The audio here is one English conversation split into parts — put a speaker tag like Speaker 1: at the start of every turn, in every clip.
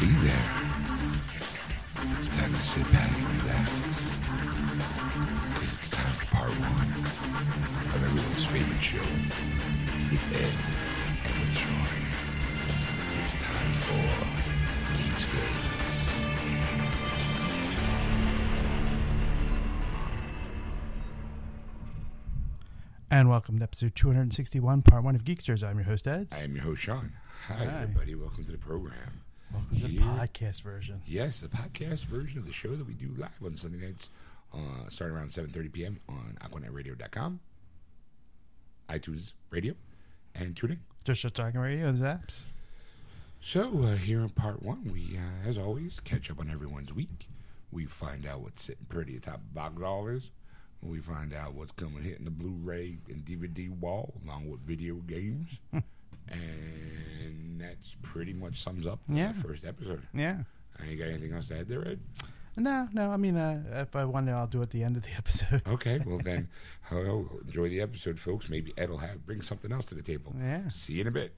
Speaker 1: be there. It's time to sit back and relax. Because it's time for part one of everyone's favorite show with Ed and with Sean. It's time for Geeks Days.
Speaker 2: And welcome to episode 261, part one of Geeksters. I'm your host, Ed.
Speaker 1: I am your host, Sean. Hi,
Speaker 2: Hi.
Speaker 1: everybody. Welcome to the program.
Speaker 2: Welcome to the
Speaker 1: Here.
Speaker 2: podcast version.
Speaker 1: Yes, the podcast version of the show that we do live on Sunday nights, uh, starting around 7.30 p.m. on aquanetradio.com, iTunes Radio, and tuning.
Speaker 2: Just Shut Talking Radio, the apps.
Speaker 1: So uh, here in part one, we, uh, as always, catch up on everyone's week. We find out what's sitting pretty atop the box office. We find out what's coming hitting the Blu-ray and DVD wall, along with video games.
Speaker 2: Hmm.
Speaker 1: and that's pretty much sums up
Speaker 2: Yeah.
Speaker 1: the first episode.
Speaker 2: Yeah.
Speaker 1: I ain't got anything else to add there, Ed?
Speaker 2: No, no, I mean, uh, if I want to, I'll do it at the end of the episode.
Speaker 1: Okay, well then, oh, enjoy the episode, folks. Maybe Ed will have bring something else to the table.
Speaker 2: Yeah.
Speaker 1: See you in a bit.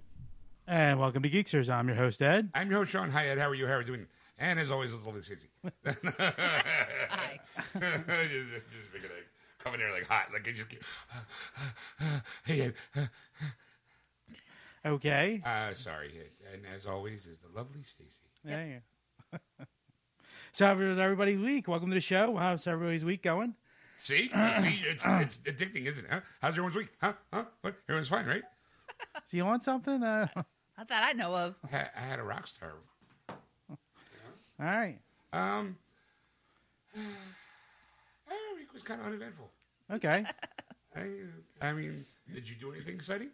Speaker 2: And welcome to Geeksters. I'm your host, Ed.
Speaker 1: I'm your host, Sean. Hi, Ed. How are you? How are you doing? And as always, it's always Casey.
Speaker 3: Hi.
Speaker 1: just, just figured I'd come in here like hot. Like, I just keep, hey, Ed.
Speaker 2: Okay.
Speaker 1: Uh, sorry. And as always, is the lovely Stacy.
Speaker 2: Yeah. so, how was everybody's week? Welcome to the show. How's everybody's week going?
Speaker 1: See? You See? It's, it's addicting, isn't it? Huh? How's everyone's week? Huh? Huh? What? Everyone's fine, right?
Speaker 2: So, you on something? Uh, all
Speaker 3: Not that I know of.
Speaker 1: I had, I had a rock star.
Speaker 2: right.
Speaker 1: Um, uh, week was kind of uneventful.
Speaker 2: Okay.
Speaker 1: I, I mean, did you do anything exciting?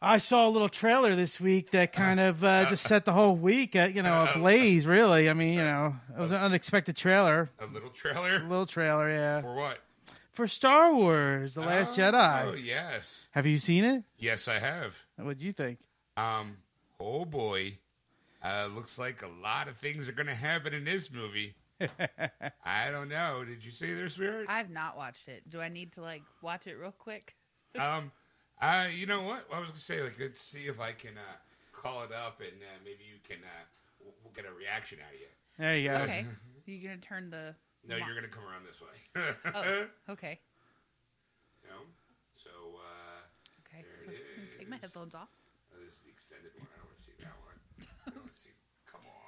Speaker 2: I saw a little trailer this week that kind of uh, just set the whole week, at, you know, ablaze, really. I mean, you know, it was an unexpected trailer.
Speaker 1: A little trailer?
Speaker 2: Little trailer, yeah.
Speaker 1: For what?
Speaker 2: For Star Wars, The Last
Speaker 1: Oh,
Speaker 2: Jedi.
Speaker 1: Oh, yes.
Speaker 2: Have you seen it?
Speaker 1: Yes, I have.
Speaker 2: What do you think?
Speaker 1: Um, oh boy, uh, looks like a lot of things are going to happen in this movie. I don't know. Did you see their spirit?
Speaker 3: I've not watched it. Do I need to like watch it real quick?
Speaker 1: um, uh, you know what? I was going to say, like, let's see if I can uh, call it up, and uh, maybe you can uh, we'll, we'll get a reaction out of you.
Speaker 2: There you go.
Speaker 3: Okay. You're gonna turn the
Speaker 1: Uh, No, you're going to come around this way.
Speaker 3: Oh, okay.
Speaker 1: You know? So uh,
Speaker 3: Okay.
Speaker 1: There
Speaker 3: So,
Speaker 1: it
Speaker 3: I'm gonna take my
Speaker 1: is.
Speaker 3: headphones off.
Speaker 1: this is the extended one. I don't want to see that one. I don't want to see. Come on.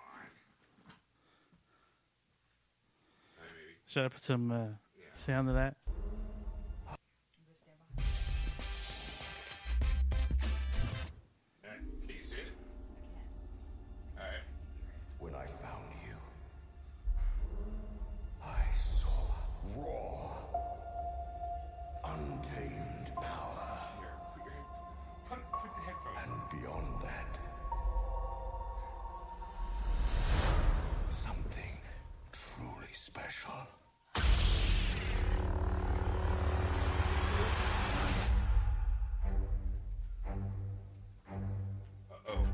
Speaker 1: All right, maybe.
Speaker 2: Should I put some uh,
Speaker 1: Yeah.
Speaker 2: sound to that?
Speaker 1: All right, Can you see it? All right.
Speaker 4: When I found you, I saw raw, untamed power,
Speaker 1: Here, put your put, put the headphones.
Speaker 4: and beyond that, something truly special.
Speaker 1: Uh oh.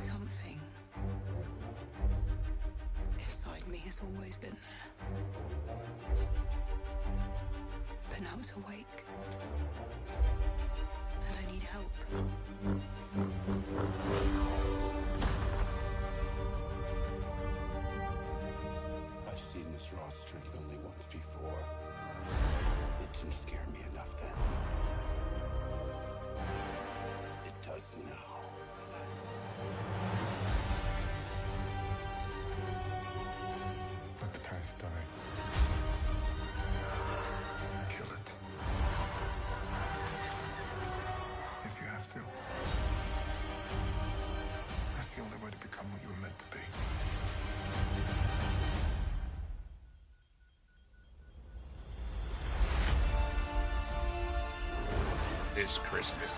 Speaker 5: Something inside me has always been there. But now it's awake. And I need help.
Speaker 4: I've seen this raw strength only once before. It didn't scare me enough then. It does now. Let the past die. Kill it. If you have to. That's the only way to become what you were meant to be.
Speaker 1: This Christmas.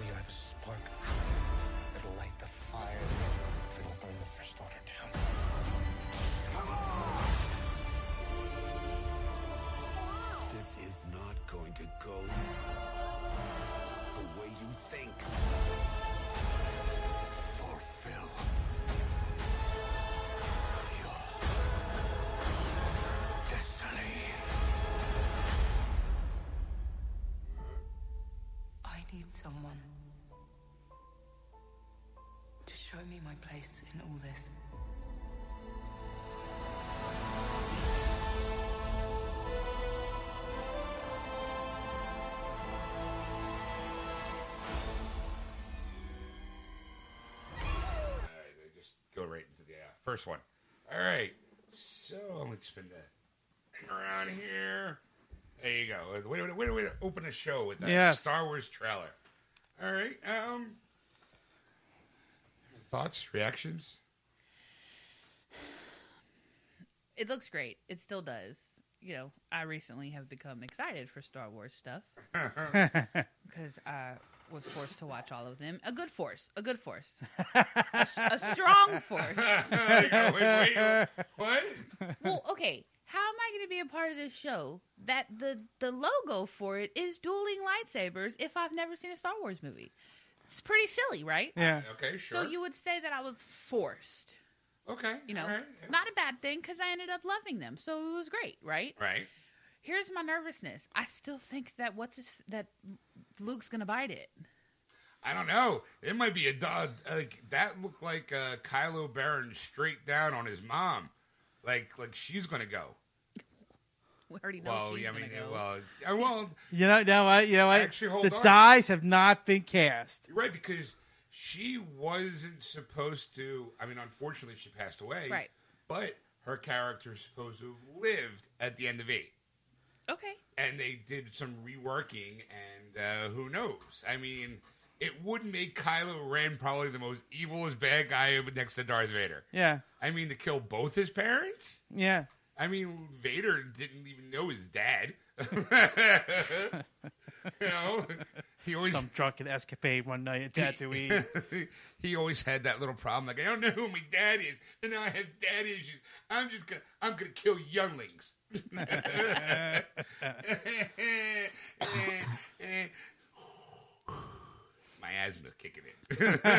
Speaker 4: We have a spark that'll light the fire that'll burn the First Order down. This is not going to go the way you think. Fulfill your destiny.
Speaker 5: Show me my place in all this.
Speaker 1: All right, I just go right into the uh, first one. All right, so let's spin that thing around here. There you go. Wait, wait, wait, wait to open the show with that
Speaker 2: Yes.
Speaker 1: Star Wars trailer. All right, um, thoughts, reactions.
Speaker 3: It looks great. It still does. You know, I recently have become excited for Star Wars stuff because I was forced to watch all of them. A good force, a good force, a, s- a strong force.
Speaker 1: There you go. Wait, wait, what?
Speaker 3: Well, okay. How am I going to be a part of this show that the the logo for it is dueling lightsabers if I've never seen a Star Wars movie? It's pretty silly, right?
Speaker 2: Yeah.
Speaker 1: Okay, sure.
Speaker 3: So you would say that I was forced.
Speaker 1: okay,
Speaker 3: you know,
Speaker 1: all right, yeah.
Speaker 3: not a bad thing because I ended up loving them, so it was great, right?
Speaker 1: right?
Speaker 3: Here's my nervousness. I still think that what's his, that Luke's gonna bite it.
Speaker 1: I don't know. It might be a dog. Like that looked like uh, Kylo Baron straight down on his mom. Like, like she's gonna go.
Speaker 3: We already know
Speaker 1: well,
Speaker 3: she's
Speaker 1: yeah, I
Speaker 3: gonna
Speaker 1: mean,
Speaker 3: go.
Speaker 1: well, uh, well,
Speaker 2: You know, now I, you know, I,
Speaker 1: Actually, hold
Speaker 2: the
Speaker 1: on.
Speaker 2: dies have not been cast.
Speaker 1: you're right because she wasn't supposed to. I mean, unfortunately, she passed away.
Speaker 3: Right.
Speaker 1: But her character is supposed to have lived at the end of eight,
Speaker 3: okay,
Speaker 1: and they did some reworking, and uh, who knows? I mean, it would make Kylo Ren probably the most evilest bad guy next to Darth Vader.
Speaker 2: Yeah.
Speaker 1: I mean, to kill both his parents.
Speaker 2: Yeah.
Speaker 1: I mean, Vader didn't even know his dad. you know, he always
Speaker 2: Some drunken escapade one night at Tatooine.
Speaker 1: he always had that little problem. Like I don't know who my dad is, and now I have dad issues. I'm just gonna I'm gonna kill younglings. my asthma's kicking in.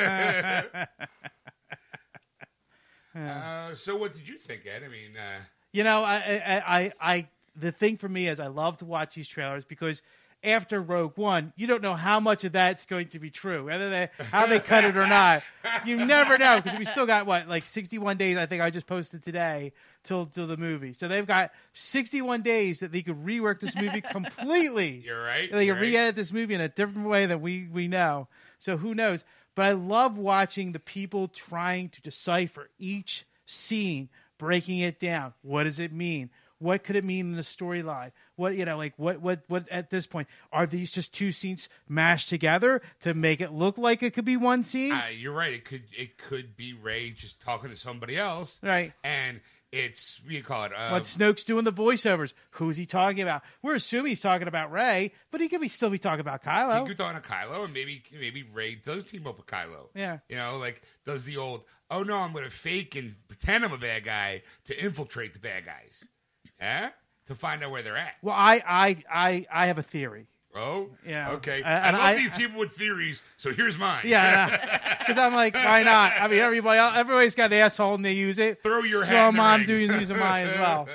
Speaker 1: uh, so, what did you think, Ed? I mean, uh,
Speaker 2: You know, I, I, I, I, the thing for me is I love to watch these trailers because after Rogue One, you don't know how much of that's going to be true, whether they how they cut it or not. You never know because we still got what like sixty-one days. I think I just posted today till till the movie, so they've got sixty-one days that they could rework this movie completely.
Speaker 1: you're right.
Speaker 2: They
Speaker 1: you're
Speaker 2: can
Speaker 1: right.
Speaker 2: re-edit this movie in a different way than we we know. So who knows? But I love watching the people trying to decipher each scene, breaking it down. What does it mean? What could it mean in the storyline? What you know, like what what what at this point are these just two scenes mashed together to make it look like it could be one scene?
Speaker 1: Uh, you're right. It could it could be Ray just talking to somebody else,
Speaker 2: Right.
Speaker 1: And it's what do you call it? Uh,
Speaker 2: what Snoke's doing the voiceovers? Who's he talking about? We're assuming he's talking about Ray, but he could be still be talking about
Speaker 1: he
Speaker 2: Kylo.
Speaker 1: could talk to Kylo, and maybe maybe Ray does team up with Kylo.
Speaker 2: Yeah.
Speaker 1: you know, like does the old oh no, I'm going to fake and pretend I'm a bad guy to infiltrate the bad guys, eh? To find out where they're at.
Speaker 2: well, I I I I have a theory.
Speaker 1: Oh,
Speaker 2: Yeah.
Speaker 1: okay.
Speaker 2: Uh,
Speaker 1: I
Speaker 2: and
Speaker 1: love
Speaker 2: I-
Speaker 1: these people with theories, so here's mine.
Speaker 2: Yeah, because I'm like, why not? I mean, everybody, else, everybody's got an asshole and they use it.
Speaker 1: Throw your
Speaker 2: so
Speaker 1: hat in the
Speaker 2: mom
Speaker 1: ring.
Speaker 2: doing using mine as well.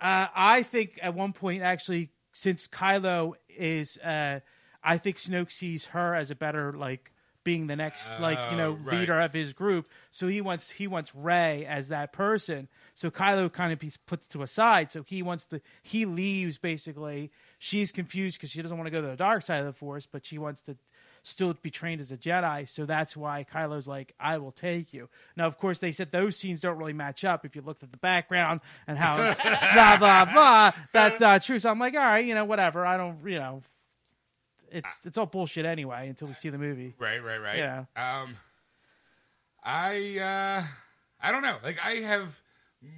Speaker 2: Uh, I think at one point, actually, since Kylo is, uh, I think Snoke sees her as a better like being the next like you know
Speaker 1: Oh, right.
Speaker 2: leader of his group. So he wants he wants Ray as that person. So Kylo kind of be- puts to a side. So he wants to he leaves basically. She's confused because she doesn't want to go to the dark side of the force, but she wants to still be trained as a Jedi. So that's why Kylo's like, I will take you. Now, of course, they said those scenes don't really match up. If you looked at the background and how it's blah blah blah, that's not true. So I'm like, all right, you know, whatever. I don't, you know, it's it's all bullshit anyway until we see the movie.
Speaker 1: Right, right, right.
Speaker 2: Yeah.
Speaker 1: Um, I uh, I don't know. Like I have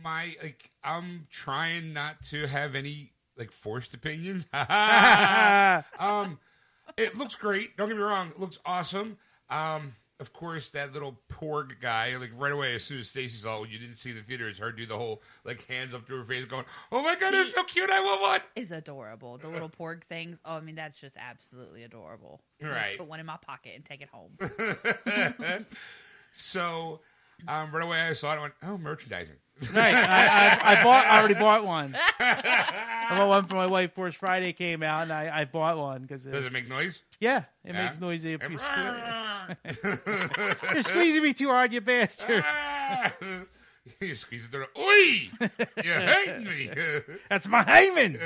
Speaker 1: my like I'm trying not to have any like forced opinions. um, it looks great. Don't get me wrong. It looks awesome. Um, of course, that little porg guy, like right away, as soon as Stacy saw it, you didn't see in the theaters, her do the whole like hands up to her face, going, "Oh my god, it's so cute! I want one!"
Speaker 3: is adorable. The little porg things. Oh, I mean, that's just absolutely adorable. I'm gonna
Speaker 1: Right.
Speaker 3: Put one in my pocket and take it home.
Speaker 1: So, um, right away, I saw it. I went, "Oh, merchandising."
Speaker 2: Right. I, I, I bought. I already bought one. I bought one for my wife. Force Friday came out, and I, I bought one because
Speaker 1: Does it make noise?
Speaker 2: yeah, it
Speaker 1: Yeah.
Speaker 2: makes noisy.
Speaker 1: And-
Speaker 2: It's You're squeezing me too hard, you bastard.
Speaker 1: Ah! you squeeze it through. the- Oi! You hate me.
Speaker 2: That's my hymen.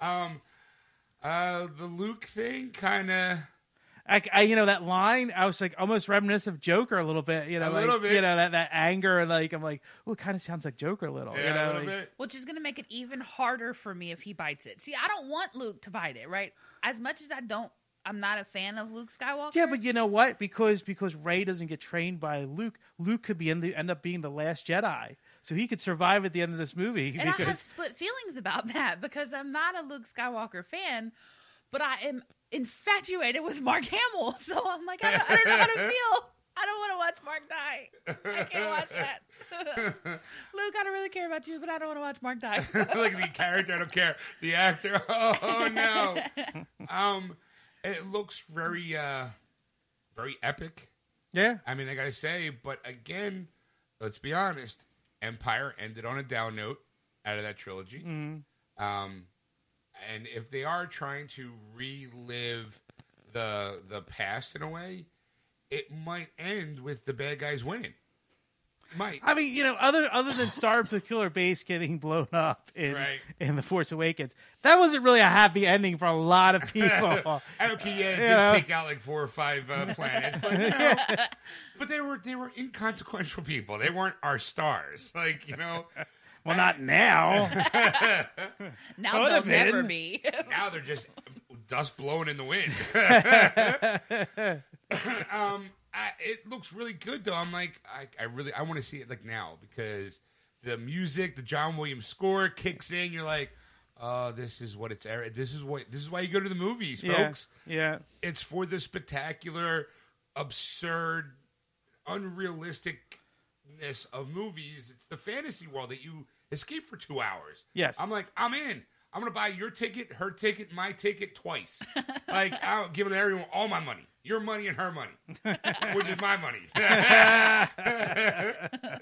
Speaker 1: uh, the Luke thing kind of.
Speaker 2: I, I, you know, that line, I was like almost reminiscent of Joker a little bit. You know,
Speaker 1: A little
Speaker 2: like,
Speaker 1: bit.
Speaker 2: You know that that anger, and like I'm like, oh, it kind of sounds like Joker a little. you know,
Speaker 1: Yeah, a little
Speaker 2: like-
Speaker 1: bit.
Speaker 3: Which is going to make it even harder for me if he bites it. See, I don't want Luke to bite it, right? As much as I don't, I'm not a fan of Luke Skywalker.
Speaker 2: Yeah, but you know what? Because because Ray doesn't get trained by Luke, Luke could be in the, end up being the last Jedi, so he could survive at the end of this movie.
Speaker 3: and I have
Speaker 2: because
Speaker 3: split feelings about that because I'm not a Luke Skywalker fan, but I am infatuated with Mark Hamill. So I'm like, I don't, I don't know how to feel. I don't want to watch Mark die. I can't watch that. Luke, I don't really care about you, but I don't want to watch Mark die.
Speaker 1: like the character, I don't care. The actor, oh, no. Um, it looks very, uh, very epic.
Speaker 2: yeah,
Speaker 1: I mean, I gotta say, but again, let's be honest. Empire ended on a down note out of that trilogy.
Speaker 2: Mm-hmm.
Speaker 1: Um, and if they are trying to relive the the past in a way, it might end with the bad guys winning. Might.
Speaker 2: I mean, you know, other other than Star Killer Base getting blown up in
Speaker 1: Right.
Speaker 2: in the Force Awakens, that wasn't really a happy ending for a lot of people.
Speaker 1: Okay, yeah, it did
Speaker 2: Yeah.
Speaker 1: take out like four or five uh, planets, but, you know, but they were they were inconsequential people. They weren't our stars, like you know.
Speaker 2: well, not now.
Speaker 3: now
Speaker 2: Could
Speaker 3: they'll
Speaker 2: have
Speaker 3: never
Speaker 2: been.
Speaker 3: be.
Speaker 1: now they're just dust blowing in the wind. um, I, it looks really good though. I'm like, I, I really, I want to see it like now because the music, the John Williams score kicks in. You're like, oh, this is what it's. This is what. This is why you go to the movies,
Speaker 2: yeah,
Speaker 1: folks.
Speaker 2: yeah.
Speaker 1: It's for the spectacular, absurd, unrealisticness of movies. It's the fantasy world that you escape for two hours.
Speaker 2: Yes.
Speaker 1: I'm like, I'm in. I'm gonna buy your ticket, her ticket, my ticket twice. like I'm giving everyone all my money, your money and her money, which is my money.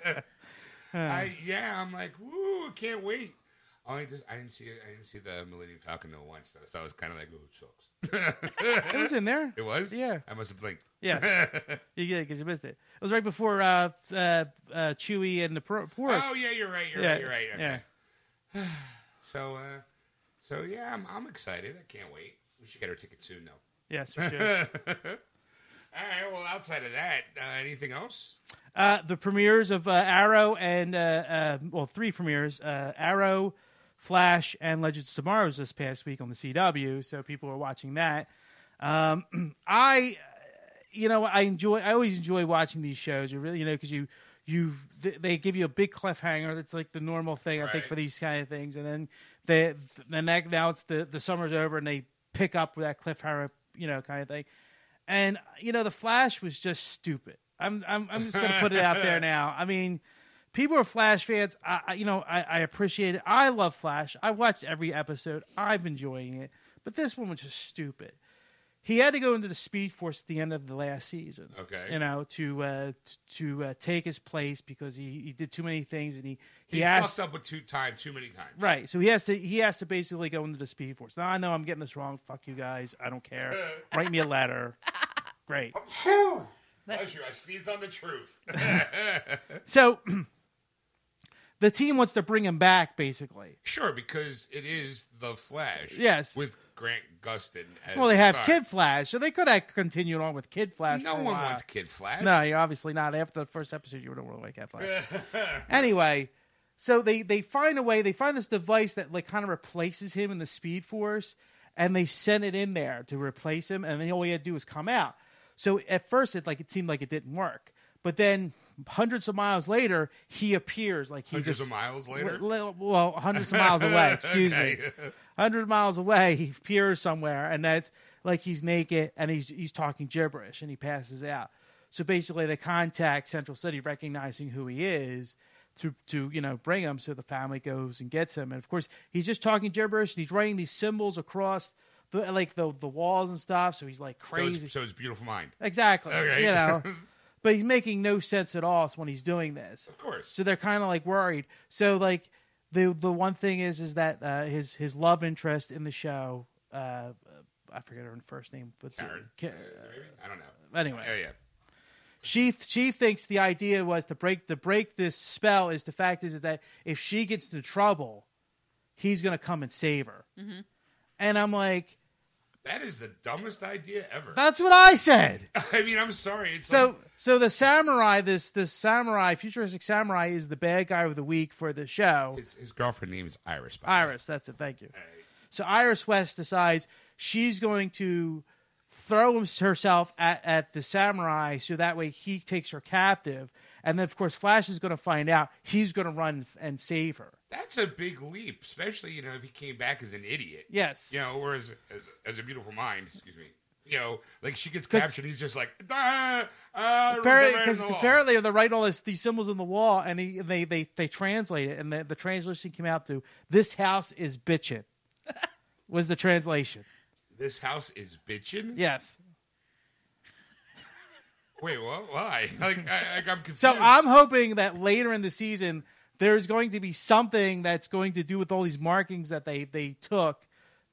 Speaker 1: I yeah, I'm like, woo, I can't wait. Only just, I didn't see I didn't see the Millennium Falcon no once though, so I was kind of like, ooh, it sucks.
Speaker 2: It was in there.
Speaker 1: It was?
Speaker 2: Yeah.
Speaker 1: I must have blinked.
Speaker 2: Yeah, yeah, because you missed it. It was right before uh, uh, uh, Chewie and the Pro- Porg.
Speaker 1: Oh, yeah, you're right. You're
Speaker 2: yeah,
Speaker 1: right. You're right. Okay.
Speaker 2: yeah.
Speaker 1: So, uh, so yeah, I'm, I'm excited. I can't wait. We should get our ticket soon, though.
Speaker 2: Yes, we should.
Speaker 1: All right. Well, outside of that, uh, anything else?
Speaker 2: Uh, the premieres of uh, Arrow and uh, uh, well, three premieres: uh, Arrow, Flash, and Legends of Tomorrow was this past week on the CW. So people are watching that. Um, I, you know, I enjoy. I always enjoy watching these shows. You really, you know, because you you th- they give you a big cliffhanger. That's like the normal thing I think
Speaker 1: Right.
Speaker 2: for these kind of things. And then they then that, now it's the the summer's over and they pick up with that cliffhanger, you know, kind of thing. And you know, the Flash was just stupid. I'm I'm I'm just gonna put it out there now. I mean, people are Flash fans. I, I you know I, I appreciate it. I love Flash. I watched every episode. I'm enjoying it. But this one was just stupid. He had to go into the Speed Force at the end of the last season.
Speaker 1: Okay.
Speaker 2: you know to uh, t- to uh, take his place because he, he did too many things and he he,
Speaker 1: He
Speaker 2: asked
Speaker 1: fucked up with two time too many times.
Speaker 2: Right. So he has to he has to basically go into the speed force. Now I know I'm getting this wrong. Fuck you guys. I don't care. Write me a letter. Great.
Speaker 1: Phew!
Speaker 3: That's-
Speaker 1: Bless you, I sneezed on the truth.
Speaker 2: So the team wants to bring him back basically.
Speaker 1: sure, because it is the Flash.
Speaker 2: Yes.
Speaker 1: With Grant Gustin. As
Speaker 2: Well, they have
Speaker 1: star.
Speaker 2: Kid Flash, so they could have continued on with Kid Flash.
Speaker 1: No
Speaker 2: for a
Speaker 1: one
Speaker 2: while.
Speaker 1: wants Kid Flash.
Speaker 2: No, you're obviously not. After the first episode, you were really like that flash. anyway, so they they find a way. They find this device that like kind of replaces him in the Speed Force, and they send it in there to replace him. And then all he had to do was come out. So at first, it like it seemed like it didn't work, but then hundreds of miles later, he appears like he
Speaker 1: Hundreds
Speaker 2: just
Speaker 1: of miles later.
Speaker 2: well, well, hundreds of miles away. Excuse me,
Speaker 1: Okay.
Speaker 2: hundred miles away. He appears somewhere, and that's like he's naked and he's he's talking gibberish, and he passes out. So basically, they contact Central City, recognizing who he is, to to you know bring him. So the family goes and gets him, and of course, he's just talking gibberish, and he's writing these symbols across the like the the walls and stuff. So he's like
Speaker 1: So
Speaker 2: crazy.
Speaker 1: it's, so it's Beautiful Mind.
Speaker 2: Exactly.
Speaker 1: Okay.
Speaker 2: You know, but he's making no sense at all when he's doing this. Of
Speaker 1: course.
Speaker 2: So they're kind of like worried. So like the the one thing is is that uh, his his love interest in the show, uh, I forget her first name, but
Speaker 1: Karen.
Speaker 2: Ka-
Speaker 1: Maybe? I don't know.
Speaker 2: Anyway,
Speaker 1: Yeah, yeah.
Speaker 2: she she thinks the idea was to break to break this spell is the fact is that if she gets into trouble, he's gonna come and save her. And I'm like,
Speaker 1: That is the dumbest idea ever.
Speaker 2: that's what I said.
Speaker 1: I mean, I'm sorry. It's
Speaker 2: So
Speaker 1: like,
Speaker 2: so the samurai, this this samurai, futuristic samurai, is the bad guy of the week for the show.
Speaker 1: his, his girlfriend name is Iris. by the way.
Speaker 2: Iris, that's it. Thank you. So Iris West decides she's going to throw him- herself at, at the samurai so that way he takes her captive. And then, of course, Flash is going to find out. He's going to run and save her.
Speaker 1: That's a big leap, especially you know if he came back as an idiot.
Speaker 2: Yes.
Speaker 1: You know, or as as, as a beautiful mind. Excuse me. You know, like she gets
Speaker 2: 'Cause-
Speaker 1: captured. He's just like, ah, ah,
Speaker 2: Apparently,
Speaker 1: right in
Speaker 2: because
Speaker 1: the wall."
Speaker 2: apparently they're writing all this, these symbols on the wall, and he, they, they they translate it, and the, the translation came out to "This house is bitchin'," was the translation.
Speaker 1: this house is bitching.
Speaker 2: Yes.
Speaker 1: Wait, what? Why? Like, I, like I'm confused.
Speaker 2: So I'm hoping that later in the season there's going to be something that's going to do with all these markings that they they took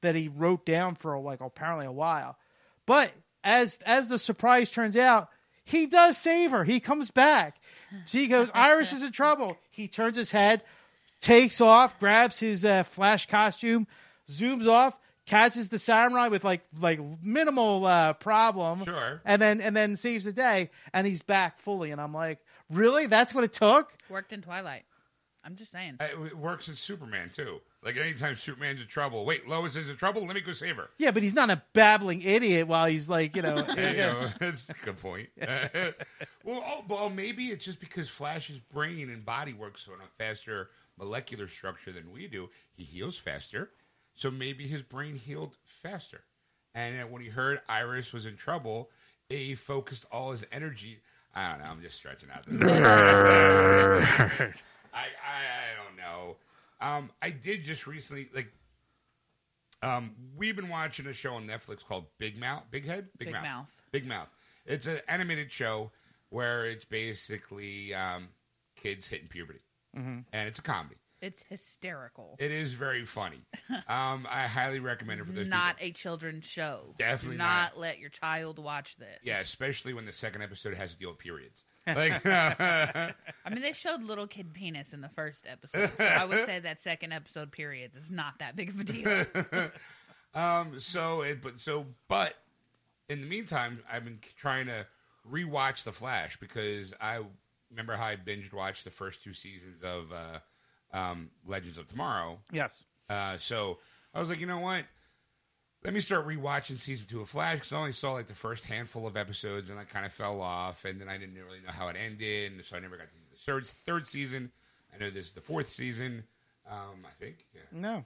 Speaker 2: that he wrote down for like apparently a while. But as as the surprise turns out, he does save her. He comes back. She goes, Iris is in trouble. He turns his head, takes off, grabs his uh, flash costume, zooms off, catches the samurai with like like minimal uh, problem
Speaker 1: Sure.
Speaker 2: and then and then saves the day and he's back fully and i'm like really that's what it took
Speaker 3: Worked in Twilight. I'm just saying.
Speaker 1: Uh, It works in Superman too. Like anytime Superman's in trouble, wait, Lois is in trouble. Let me go save her.
Speaker 2: yeah but he's not a babbling idiot while he's like you know
Speaker 1: You know, that's a good point. well, oh, well, maybe it's just because Flash's brain and body works on a faster molecular structure than we do. He heals faster, so maybe his brain healed faster. And uh, when he heard Iris was in trouble, he focused all his energy. I don't know. I'm just stretching out. the- I, I I don't know. Um, I did just recently like. Um, we've been watching a show on Netflix called Big Mouth, Big Head,
Speaker 3: Big Mouth.
Speaker 1: Big Mouth. It's an animated show where it's basically um, kids hitting puberty,
Speaker 3: Mm-hmm.
Speaker 1: and it's a comedy.
Speaker 3: It's hysterical.
Speaker 1: It is very funny. um, I highly recommend it for those
Speaker 3: not
Speaker 1: people.
Speaker 3: a children's show.
Speaker 1: Definitely
Speaker 3: Do not.
Speaker 1: not.
Speaker 3: let your child watch this.
Speaker 1: Yeah, especially when the second episode has to deal with periods. Like,
Speaker 3: I mean, they showed little kid penis in the first episode. So I would say that second episode periods is not that big of a deal.
Speaker 1: Um, so it, but so, but in the meantime, I've been trying to rewatch The Flash because I remember how I binged watched the first two seasons of uh, um, Legends of Tomorrow.
Speaker 2: yes
Speaker 1: Uh, so I was like, you know what? Let me start rewatching season two of Flash because I only saw like the first handful of episodes and I kind of fell off, and then I didn't really know how it ended, and so I never got to see the third third season. I know this is the fourth season, um, I think. Yeah.
Speaker 2: no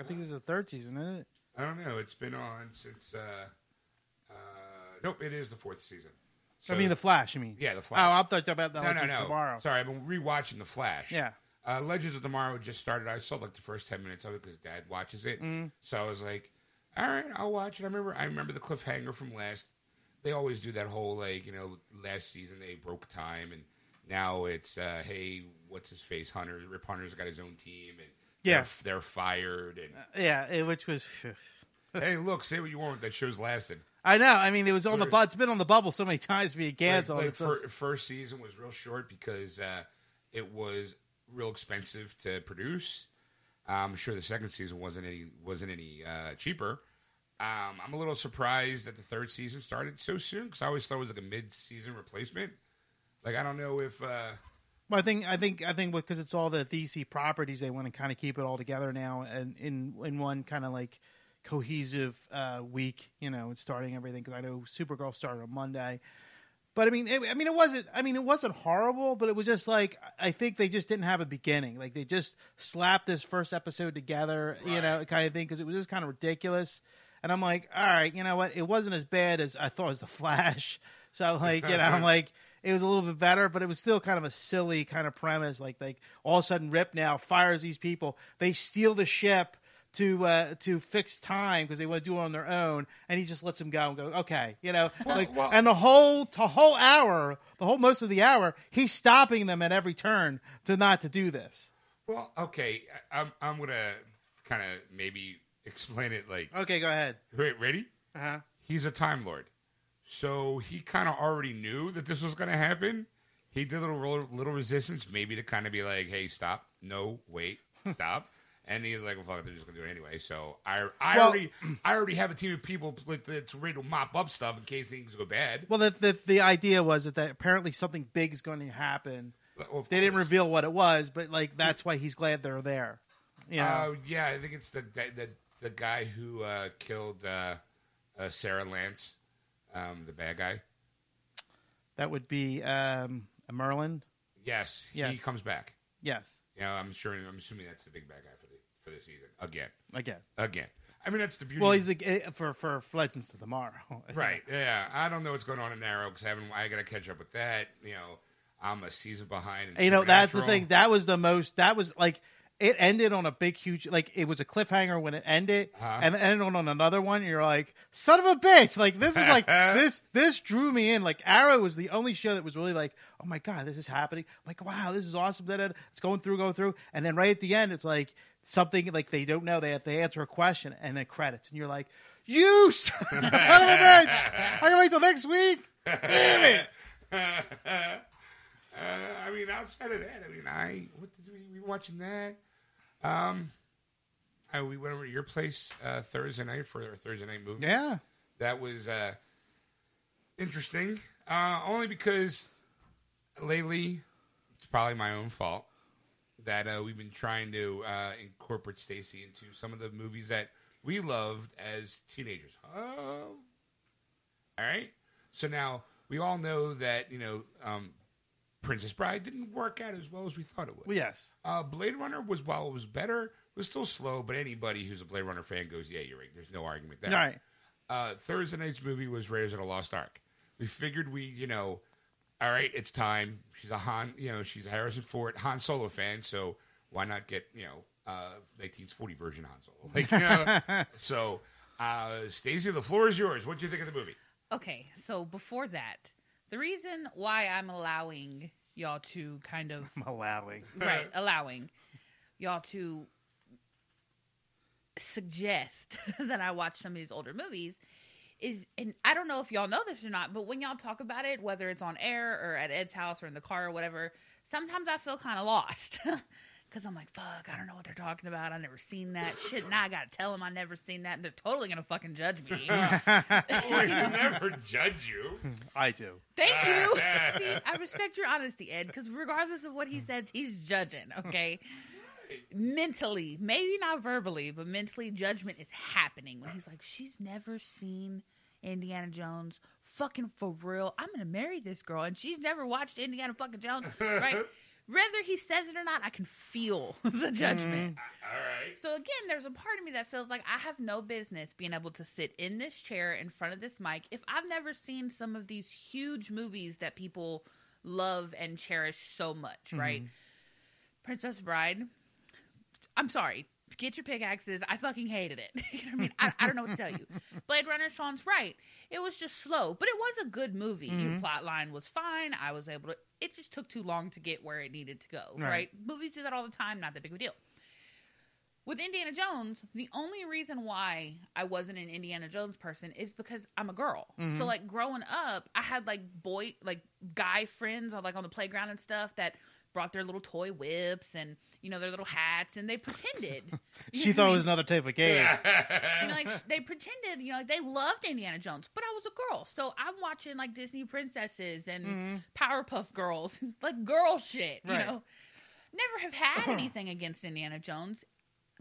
Speaker 2: i think this is the third season isn't it
Speaker 1: I don't know. It's been on since. Uh, uh, nope, it is the fourth season. So,
Speaker 2: i mean the flash i mean
Speaker 1: Yeah, The
Speaker 2: oh
Speaker 1: Flash.
Speaker 2: i'm talking about the
Speaker 1: no, no,
Speaker 2: Legends
Speaker 1: no.
Speaker 2: tomorrow
Speaker 1: Sorry, I've been rewatching The Flash.
Speaker 2: Yeah.
Speaker 1: Uh, Legends of Tomorrow just started. I saw like the first ten minutes of it because Dad watches it,
Speaker 2: Mm-hmm.
Speaker 1: so I was like, "All right, I'll watch it." I remember, I remember the cliffhanger from last. They always do that whole like you know last season they broke time and now it's uh, hey what's his face Hunter Rip Hunter's got his own team and
Speaker 2: Yeah.
Speaker 1: they're, they're fired and
Speaker 2: yeah it, which was Uh,
Speaker 1: hey look say what you want that show's lasted
Speaker 2: i know i mean it was on the bu- it's been on the bubble so many times being
Speaker 1: Like-
Speaker 2: canceled
Speaker 1: like
Speaker 2: It's
Speaker 1: fir-
Speaker 2: just-
Speaker 1: first season was real short because uh, it was real expensive to produce. I'm sure the second season wasn't any wasn't any uh, cheaper. Um, I'm a little surprised that the third season started so soon because I always thought it was like a mid season replacement. Like I don't know if uh,
Speaker 2: Well, I think I think I think because it's all the DC properties, they want to kind of keep it all together now, and in in one kind of like cohesive uh, week, you know, and starting everything. Because I know Supergirl started on Monday, but I mean, it, I mean, it wasn't. I mean, it wasn't horrible, but it was just like I think they just didn't have a beginning. Like they just slapped this first episode together, you know, kind of thing. Because it was just kind of ridiculous. And I'm like, all right, you know what? It wasn't as bad as I thought it was the Flash. So like, you know, I'm like, it was a little bit better, but it was still kind of a silly kind of premise. Like, like all of a sudden, Rip now fires these people. They steal the ship to uh, to fix time because they want to do it on their own, and he just lets them go and go. Okay, you know, like
Speaker 1: well-
Speaker 2: and the whole the whole hour, the whole most of the hour, he's stopping them at every turn to not to do this.
Speaker 1: well okay I- I'm I'm gonna kind of maybe explain it like
Speaker 2: Okay, go ahead.
Speaker 1: Re- ready
Speaker 2: Uh huh.
Speaker 1: he's a time lord So he kind of already knew that this was going to happen. He did a little, little resistance, maybe to kind of be like, "Hey, stop! No, wait, stop!" and he's like, "Well, fuck, it, they're just going to do it anyway." So I, I
Speaker 2: Well-
Speaker 1: already, I already have a team of people with- that's ready to mop up stuff in case things go bad.
Speaker 2: Well, the, the the idea was that, that apparently something big is going to happen.
Speaker 1: Well, of
Speaker 2: They didn't
Speaker 1: course.
Speaker 2: reveal what it was, but like that's why he's glad they're there. You know,
Speaker 1: Uh, yeah, I think it's the the the, the guy who uh, killed uh, uh, Sarah Lance, um, the bad guy.
Speaker 2: that would be um, a Merlin.
Speaker 1: Yes, he
Speaker 2: Yes.
Speaker 1: comes back.
Speaker 2: Yes,
Speaker 1: Yeah, I'm sure. I'm assuming that's the big bad guy for the for the season again.
Speaker 2: again.
Speaker 1: Again, I mean that's the beauty.
Speaker 2: Well, he's the eh, for for Legends of Tomorrow.
Speaker 1: right. Yeah, I don't know what's going on in Arrow because I haven't. I got to catch up with that. You know, I'm a season behind. in
Speaker 2: And, you know, that's the
Speaker 1: Supernatural.
Speaker 2: thing. That was the most. That was like it ended on a big, huge. Like it was a cliffhanger when it ended,
Speaker 1: Uh-huh.
Speaker 2: and it ended on another one. You're like, son of a bitch! Like this is like this. This drew me in. Like Arrow was the only show that was really like, oh my god, this is happening. like wow, this is awesome. Da, da, da. It's going through, going through, and then right at the end, it's like something like they don't know. They have they answer a question, and then credits, and you're like, you son of a bitch! I can wait till next week. Damn it!
Speaker 1: Uh, I mean, outside of that, I mean, I what did we we watching that? Um, I, we went over to your place uh, Thursday night for our Thursday night movie.
Speaker 2: Yeah.
Speaker 1: that was uh, interesting. Uh, only because lately, it's probably my own fault that uh, we've been trying to uh, incorporate Stacy into some of the movies that we loved as teenagers. Oh, all right. So now we all know that you know um, Princess Bride didn't work out as well as we thought it would.
Speaker 2: Well, yes.
Speaker 1: Uh, Blade Runner was while it was better, was still slow. But anybody who's a Blade Runner fan goes, "Yeah, you're right." There's no argument there
Speaker 2: All right.
Speaker 1: uh, Thursday night's movie was Raiders of the Lost Ark. We figured we, you know, all right, it's time. She's a Han, you know, she's a Harrison Ford Han Solo fan, so why not get you know uh, 1940 version Han Solo? Like, you know, so uh, Stacey, the floor is yours. What do you think of the movie?
Speaker 3: Okay, so before that, the reason why I'm allowing y'all to kind of
Speaker 2: Malawi.
Speaker 3: right allowing y'all to suggest that I watch some of these older movies is and I don't know if y'all know this or not, but when y'all talk about it, whether it's on air or at Ed's house or in the car or whatever, sometimes I feel kind of lost. Cause I'm like, fuck, I don't know what they're talking about. I never seen that shit. Now I gotta tell them I never seen that. And they're totally gonna fucking judge me.
Speaker 1: we never judge you.
Speaker 2: I do.
Speaker 3: Thank you. See, I respect your honesty, Ed, because regardless of what he says, he's judging, okay? mentally, maybe not verbally, but mentally, judgment is happening when he's like, she's never seen Indiana Jones. Fucking for real. I'm going to marry this girl, and she's never watched Indiana fucking Jones, right? Whether he says it or not, I can feel the judgment.
Speaker 1: All right.
Speaker 3: So again, there's a part of me that feels like I have no business being able to sit in this chair in front of this mic if I've never seen some of these huge movies that people love and cherish so much, right? Princess Bride. I'm sorry. Get your pickaxes. I fucking hated it. you know what I mean? I, I don't know what to tell you. Blade Runner, Sean's right. It was just slow, but it was a good movie. Your plot line was fine. I was able to. It just took too long to get where it needed to go,
Speaker 2: Right.
Speaker 3: right? Movies do that all the time. Not that big of a deal. With Indiana Jones, the only reason why I wasn't an Indiana Jones person is because I'm a girl.
Speaker 2: Mm-hmm.
Speaker 3: So like growing up, I had like boy like guy friends on like on the playground and stuff that brought their little toy whips and you know their little hats and they pretended. You
Speaker 2: She
Speaker 3: know what I
Speaker 2: thought it
Speaker 3: mean?
Speaker 2: was another type of game.
Speaker 3: you know, like sh- they pretended, you know, like they loved Indiana Jones, but I was a girl, so I'm watching like Disney princesses and Powerpuff Girls, like girl shit. You
Speaker 2: Mm-hmm. Right.
Speaker 3: know, never have had anything against Indiana Jones,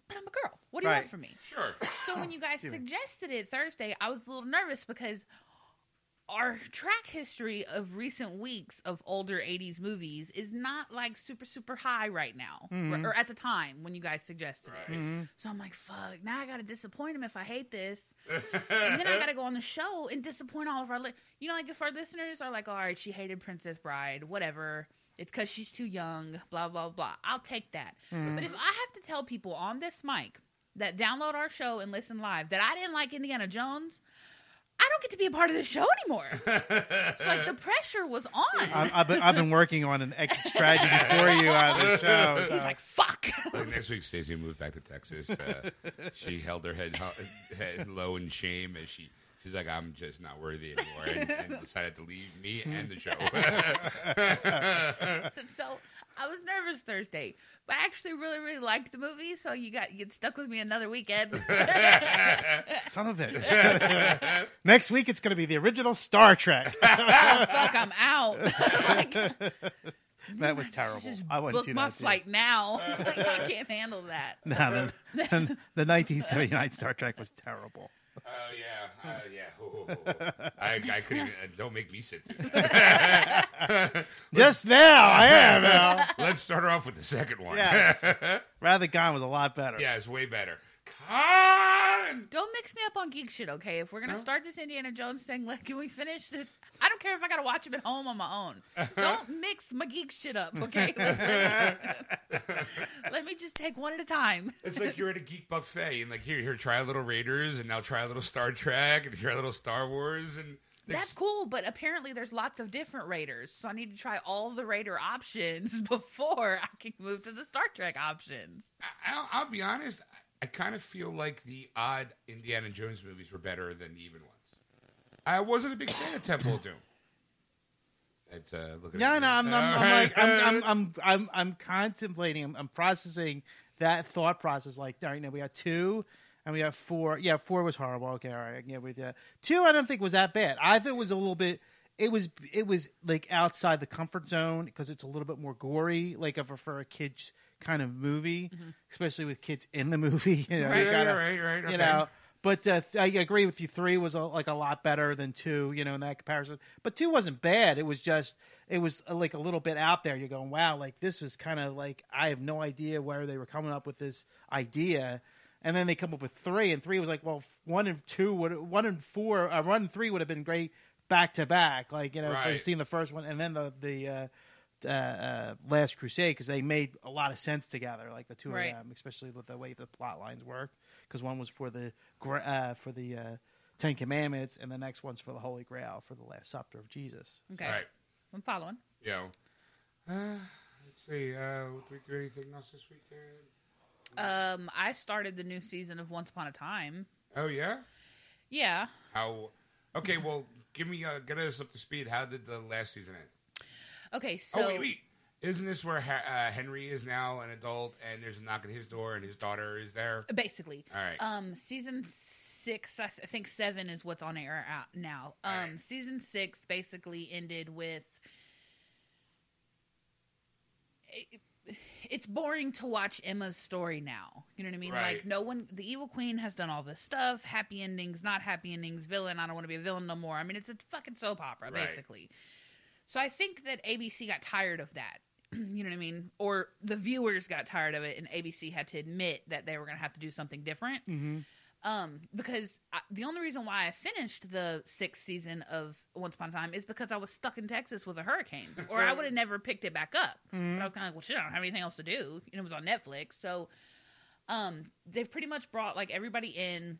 Speaker 3: but I'm a girl. What do you
Speaker 2: Right.
Speaker 3: want from me?
Speaker 1: Sure.
Speaker 3: So when you guys suggested it Thursday, I was a little nervous because our track history of recent weeks of older 80s movies is not like super super high right now or, or at the time when you guys suggested it. So I'm like, fuck, now I got to disappoint him if I hate this. and then I got to go on the show and disappoint all of our li- you know like if our listeners are like, "All right, she hated Princess Bride, whatever." It's because she's too young, blah, blah, blah. I'll take that. But if I have to tell people on this mic that download our show and listen live that I didn't like Indiana Jones, I don't get to be a part of this show anymore. it's like the pressure was on.
Speaker 2: I, I've, been, I've been working on an exit strategy for you out of the show. so-
Speaker 3: He's like, fuck.
Speaker 1: Like, next week, Stacey moved back to Texas. Uh, she held her head, ho- head low in shame as she. He's like, I'm just not worthy anymore, and, and decided to leave me and the show. Oh,
Speaker 3: so I was nervous Thursday, but I actually really, really liked the movie. So you got you stuck with me another weekend.
Speaker 2: Son of it. Next week it's going to be the original Star Trek.
Speaker 3: Fuck, I'm out. Like,
Speaker 2: that was terrible.
Speaker 3: just
Speaker 2: I wouldn't
Speaker 3: book
Speaker 2: do
Speaker 3: my
Speaker 2: that. to you.
Speaker 3: flight now. Like, I can't handle that.
Speaker 2: No, the, the, the 1979 Star Trek was terrible.
Speaker 1: Oh yeah, uh, yeah. Ho, ho, ho, ho. I, I couldn't. Even, uh, don't make me sit through that.
Speaker 2: Just now, I am now.
Speaker 1: Let's start her off with the second one.
Speaker 2: Yes. Rather Gone was a lot better.
Speaker 1: yeah, it's way better. Con!
Speaker 3: Don't mix me up on geek shit, okay? If we're gonna start this Indiana Jones thing, like, can we finish it? I don't care if I gotta watch him at home on my own. Don't mix my geek shit up, okay? Let me just take one at a time.
Speaker 1: It's like you're at a geek buffet, and like here, here, try a little Raiders, and now try a little Star Trek, and here a little Star Wars, and
Speaker 3: That's cool, but apparently there's lots of different Raiders, so I need to try all the Raider options before I can move to the Star Trek options.
Speaker 1: I- I'll, I'll be honest. I- I kind of feel like the odd Indiana Jones movies were better than the even ones. I wasn't a big fan of Temple of Doom. It's uh, looking.
Speaker 2: No, no, I'm, I'm, I'm like, I'm, I'm, I'm, I'm, I'm contemplating, I'm, I'm processing that thought process. Like, all right, now we got two, and we got four. Yeah, four was horrible. Okay, all right, I can get with that. Two, I don't think was that bad. I think it was a little bit. It was, it was like outside the comfort zone because it's a little bit more gory. Like, I prefer a kids kind of movie, especially with kids in the movie. You know,
Speaker 1: Mm-hmm. Right,
Speaker 2: you
Speaker 1: right,
Speaker 2: gotta,
Speaker 1: right, right, okay.
Speaker 2: you know. But uh, th- I agree with you. Three was a, like a lot better than two, you know, in that comparison. But two wasn't bad. It was just it was uh, like a little bit out there. You're going, wow, like this was kind of like I have no idea where they were coming up with this idea. And then they come up with three, and three was like, well, f- one and two would one and four, uh, one and three would have been great back to back, like you know, if
Speaker 1: Right.
Speaker 2: I'd seen the first one and then the the uh, uh, uh, Last Crusade because they made a lot of sense together, like the two
Speaker 3: Right.
Speaker 2: of them, especially with the way the plot lines worked. Because one was for the gra- uh, for the uh, Ten Commandments, and the next one's for the Holy Grail for the Last Supper of Jesus.
Speaker 3: Okay.
Speaker 1: All right,
Speaker 3: I'm following.
Speaker 1: you know. Uh, let's see. Uh, would we do anything else this weekend?
Speaker 3: Um, I started the new season of Once Upon a Time.
Speaker 1: Oh yeah.
Speaker 3: Yeah.
Speaker 1: How? Okay. Well, give me. Uh, get us up to speed. How did the last season end?
Speaker 3: Okay, so
Speaker 1: oh wait, wait. Isn't this where ha- uh, Henry is now an adult, and there's a knock at his door, and his daughter is there?
Speaker 3: basically,
Speaker 1: All right.
Speaker 3: um, season six, I, th- I think seven is what's on air out now. Um,
Speaker 1: Alright.
Speaker 3: season six basically ended with. It- It's boring to watch Emma's story now. You know what I mean?
Speaker 1: Right.
Speaker 3: Like no one, the evil queen has done all this stuff. Happy endings, not happy endings. Villain, I don't want to be a villain no more. I mean, it's a fucking soap opera
Speaker 1: Right.
Speaker 3: basically. So I think that ABC got tired of that. you know what I mean? Or the viewers got tired of it, and ABC had to admit that they were going to have to do something different.
Speaker 2: Mm-hmm.
Speaker 3: Um, because I, the only reason why I finished the sixth season of Once Upon a Time is because I was stuck in Texas with a hurricane, or I would have never picked it back up. But I was kind of like, well, shit, I don't have anything else to do. And it was on Netflix, so um, they've pretty much brought like everybody in.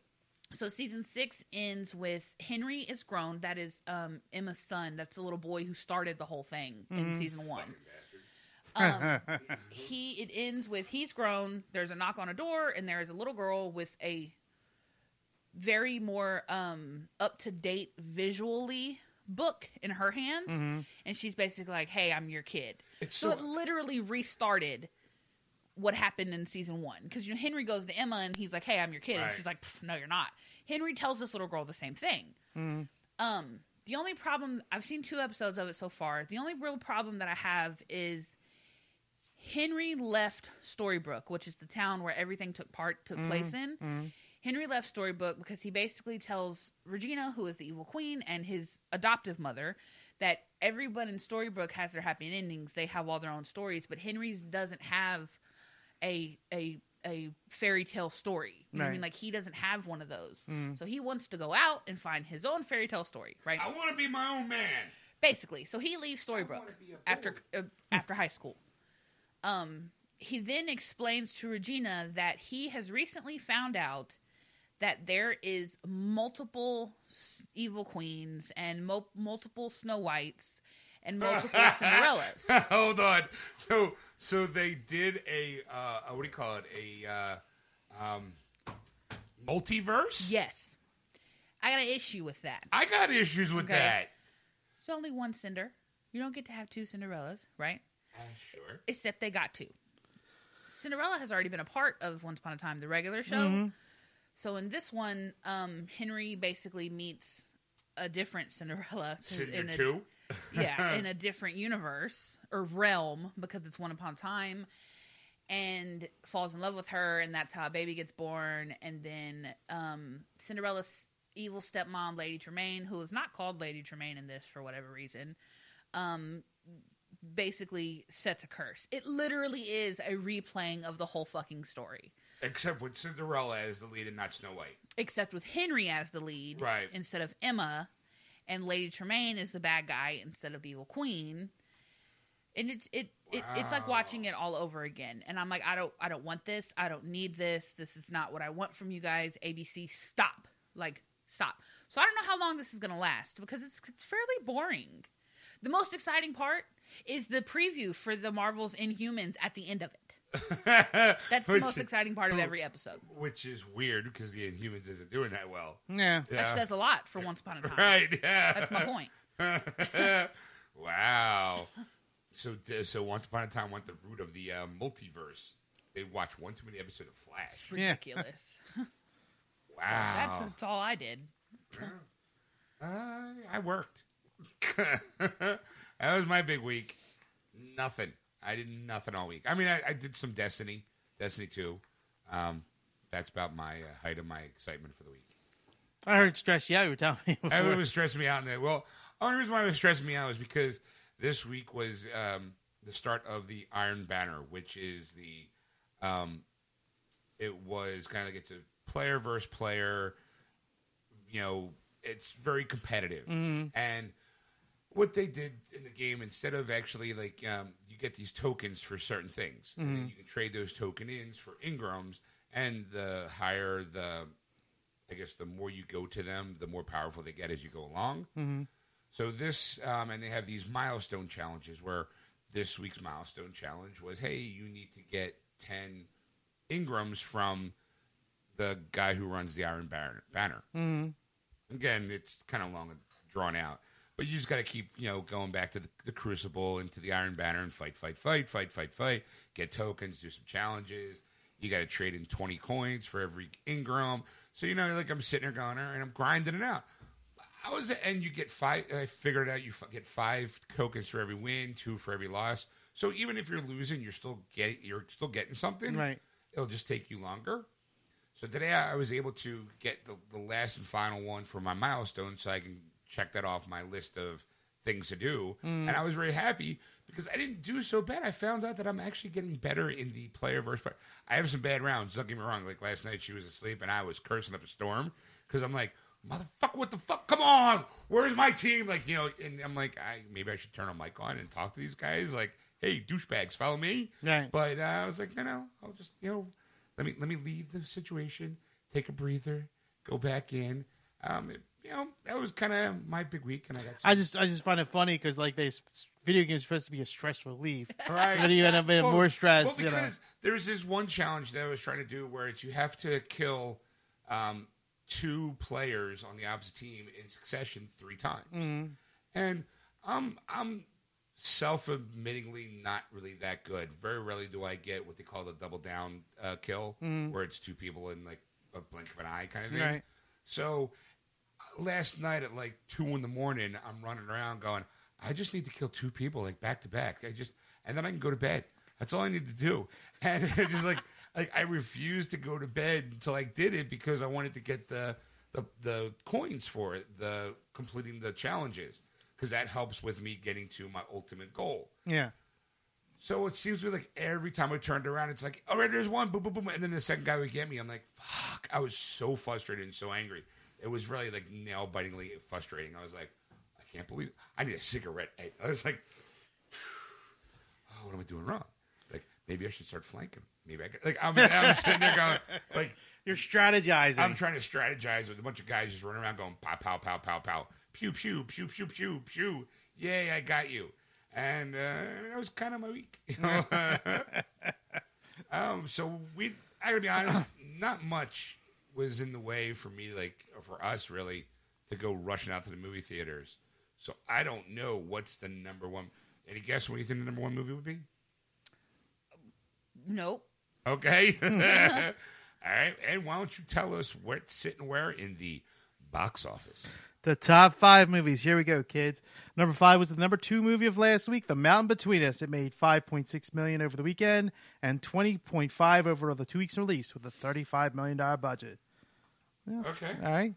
Speaker 3: So season six ends with Henry is grown. That is um, Emma's son. That's the little boy who started the whole thing in season one. Um, he it ends with he's grown. There's a knock on a door, and there is a little girl with a very more um up to date visually book in her hands and she's basically like hey i'm your kid
Speaker 1: It's
Speaker 3: so,
Speaker 1: so-
Speaker 3: it literally restarted what happened in season one because you know henry goes to emma and he's like hey i'm your kid and
Speaker 1: Right.
Speaker 3: she's like "Pff, no you're not henry tells this little girl the same thing um the only problem i've seen two episodes of it so far the only real problem that i have is henry left storybrooke which is the town where everything took part took place in Henry left Storybook because he basically tells Regina, who is the evil queen, and his adoptive mother, that everyone in Storybook has their happy endings. They have all their own stories, but Henry's doesn't have a a a fairy tale story. You know what I mean?
Speaker 2: Right.
Speaker 3: Like he doesn't have one of those. So he wants to go out and find his own fairy tale story, right?
Speaker 1: I want to be my own man.
Speaker 3: basically. So he leaves Storybrooke after uh, after high school. Um, he then explains to Regina that he has recently found out that there is multiple s- evil queens and mo- multiple Snow Whites and multiple Cinderellas.
Speaker 1: Hold on. So, so they did a uh, uh, what do you call it? A uh, um, multiverse.
Speaker 3: Yes. I got an issue with that.
Speaker 1: I got issues with
Speaker 3: Okay.
Speaker 1: that.
Speaker 3: It's only one Cinder. You don't get to have two Cinderellas, right?
Speaker 1: sure.
Speaker 3: Except they got two. Cinderella has already been a part of Once Upon a Time, the regular show. So in this one, um, Henry basically meets a different Cinderella. 'cause in
Speaker 1: Cinder
Speaker 3: a-
Speaker 1: two.
Speaker 3: yeah, in a different universe or realm because it's one upon time and falls in love with her and that's how a baby gets born and then um Cinderella's evil stepmom Lady Tremaine who is not called Lady Tremaine in this for whatever reason um basically sets a curse. It literally is a replaying of the whole fucking story
Speaker 1: Except with Cinderella as the lead and not Snow White.
Speaker 3: except with Henry as the lead
Speaker 1: Right.
Speaker 3: instead of Emma, and Lady Tremaine is the bad guy instead of the evil queen. And it's it, it it's like
Speaker 1: Wow.
Speaker 3: watching it all over again. And I'm like, I don't I don't want this. I don't need this. This is not what I want from you guys. ABC, stop. Like stop. So I don't know how long this is gonna last because it's, it's fairly boring. The most exciting part is the preview for the Marvels Inhumans at the end of it. That's the
Speaker 1: Which-
Speaker 3: most exciting part of every episode.
Speaker 1: Which is weird because the Inhumans isn't doing that well.
Speaker 2: Yeah.
Speaker 1: Yeah.
Speaker 3: That says a lot for Once Upon a Time.
Speaker 1: Right. Yeah.
Speaker 3: That's my point.
Speaker 1: wow. So, th- so once upon a time, went the route of the uh, multiverse. They watched one too many episode of Flash.
Speaker 3: It's ridiculous.
Speaker 1: Wow.
Speaker 3: That's, that's all I did.
Speaker 1: I, Uh, I worked. that was my big week. Nothing. I did nothing all week. I mean, I, I did some Destiny, Destiny Two. Um, that's about my uh, height of my excitement for the week.
Speaker 2: I heard it stressed you out. You were telling me before.
Speaker 1: Everyone was stressing me out. And that, well, only reason why it was stressing me out is because this week was um, the start of the Iron Banner, which is the um, it was kind of like it's a player versus player. You know, it's very competitive, and what they did in the game instead of actually like um, you get these tokens for certain things, and then you can trade those token ins for Ingrams, and the higher the I guess the more you go to them, the more powerful they get as you go along. So this, um, and they have these milestone challenges where this week's milestone challenge was, hey, you need to get ten Ingrams from the guy who runs the Iron Banner. Banner. Again, it's kind of long and drawn out, but you just got to keep you know going back to the, the Crucible and to the Iron Banner and fight, fight, fight, fight, fight, fight. Get tokens, do some challenges. You got to trade in twenty coins for every Ingram. So you know, like I'm sitting there going, all right, I'm grinding it out. I was, and you get five. I figured out you f- get five tokens for every win, two for every loss. So even if you're losing, you're still get you're still getting something.
Speaker 2: Right.
Speaker 1: It'll just take you longer. So today I I was able to get the, the last and final one for my milestone, so I can check that off my list of things to do. And I was very happy because I didn't do so bad. I found out that I'm actually getting better in the player versus player. I have some bad rounds. Don't get me wrong. Like last night, she was asleep and I was cursing up a storm because I'm like, motherfucker, what the fuck? Come on, where's my team? Like you know, and I'm like, I maybe I should turn a mic on and talk to these guys. Like, hey, douchebags, follow me.
Speaker 2: Right.
Speaker 1: But uh, I was like, no, no, I'll just you know, let me let me leave the situation, take a breather, go back in. Um, it- you know, that was kind of my big week, and I got.
Speaker 2: I just I just find it funny because like they s- video games are supposed to be a stress relief,
Speaker 1: All right.
Speaker 2: but you end up being
Speaker 1: Well-
Speaker 2: more
Speaker 1: Well,
Speaker 2: stressed. you know.
Speaker 1: because there's this one challenge that I was trying to do where it's you have to kill um, two players on the opposite team in succession three times,
Speaker 2: Mm-hmm.
Speaker 1: and I'm I'm self-admittingly not really that good. Very rarely do I get what they call the double down uh, kill, where it's two people in like a blink of an eye kind of thing.
Speaker 2: Mm-hmm. Right.
Speaker 1: So last night at like two in the morning, I'm running around going, I just need to kill two people like back to back. I just and then I can go to bed. That's all I need to do. And it's just like like I refused to go to bed until I did it because I wanted to get the the, the coins for it, the completing the challenges. Because that helps with me getting to my ultimate goal.
Speaker 2: yeah,
Speaker 1: So it seems to me like every time I turned around, it's like, all right, there's one, boom, boom, boom. And then the second guy would get me. I'm like, fuck. I was so frustrated and so angry. It was really like nail bitingly frustrating. I was like, I can't believe I need a cigarette. I was like, oh, what am I doing wrong? Like, maybe I should start flanking. Maybe I could. Like, I'm, I'm sitting there going, like,
Speaker 2: you're strategizing.
Speaker 1: I'm trying to strategize with a bunch of guys just running around going pow pow pow pow pow pew pew pew pew pew pew. Yay, I got you. And uh, that was kind of my week. you know? um, so we, I gotta be honest, not much was in the way for me, like or for us, really, to go rushing out to the movie theaters. So I don't know what's the number one. Any guess what you think the number one movie would be?
Speaker 3: Nope.
Speaker 1: Okay. All right. And why don't you tell us where it's sitting where in the box office?
Speaker 2: The top five movies. Here we go, kids. Number five was the number two movie of last week, The Mountain Between Us. It made five point six million over the weekend and twenty point five over the two weeks release with a thirty five million dollar budget.
Speaker 1: Okay.
Speaker 2: All right.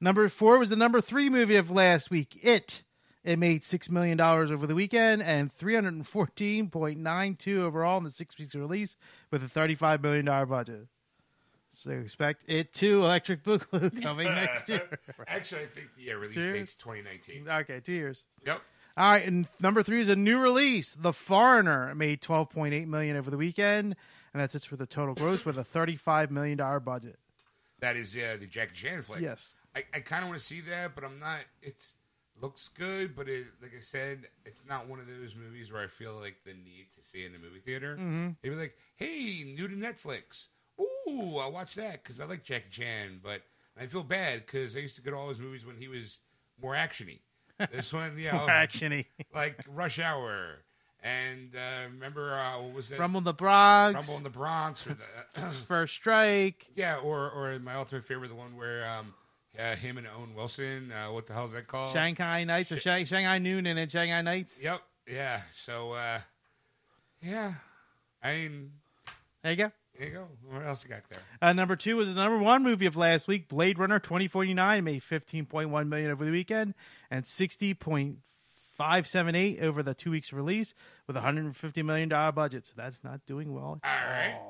Speaker 2: Number four was the number three movie of last week, It. It made six million dollars over the weekend and three hundred and fourteen point nine two overall in the six weeks release with a thirty five million dollar budget. So expect it too, Electric Boogaloo coming next year.
Speaker 1: Actually, I think the uh, release
Speaker 2: Dude.
Speaker 1: date's 2019.
Speaker 2: Okay, two years.
Speaker 1: Yep.
Speaker 2: All right, and number three is a new release, The Foreigner. It made twelve point eight million over the weekend, and that's it for the total gross with a thirty-five million dollar budget.
Speaker 1: That is uh, the Jackie Chan flick.
Speaker 2: Yes.
Speaker 1: I, I kind of want to see that, but I'm not. It's looks good, but it, like I said, it's not one of those movies where I feel like the need to see it in the movie theater.
Speaker 2: Mm-hmm.
Speaker 1: They'd be like, "Hey, new to Netflix. Ooh, I'll watch that because I like Jackie Chan." But I feel bad because I used to go to all his movies when he was more actiony. This one, yeah,
Speaker 2: Actiony.
Speaker 1: like Rush Hour, and uh, remember uh, what was that?
Speaker 2: Rumble in the Bronx.
Speaker 1: Rumble in the Bronx, or the,
Speaker 2: First Strike.
Speaker 1: Yeah, or or my ultimate favorite, the one where um, uh, him and Owen Wilson. Uh, what the hell is that called?
Speaker 2: Shanghai Nights or Shang- Shanghai Noon and then Shanghai Nights.
Speaker 1: Yep. Yeah. So, uh, yeah. I mean,
Speaker 2: There you go.
Speaker 1: there you go. What else you got there?
Speaker 2: Uh, number two was the number one movie of last week, Blade Runner 2049, made 15.1 million over the weekend and 60.578 over the two weeks release with a 150 million dollar budget. So that's not doing well.
Speaker 1: All right. All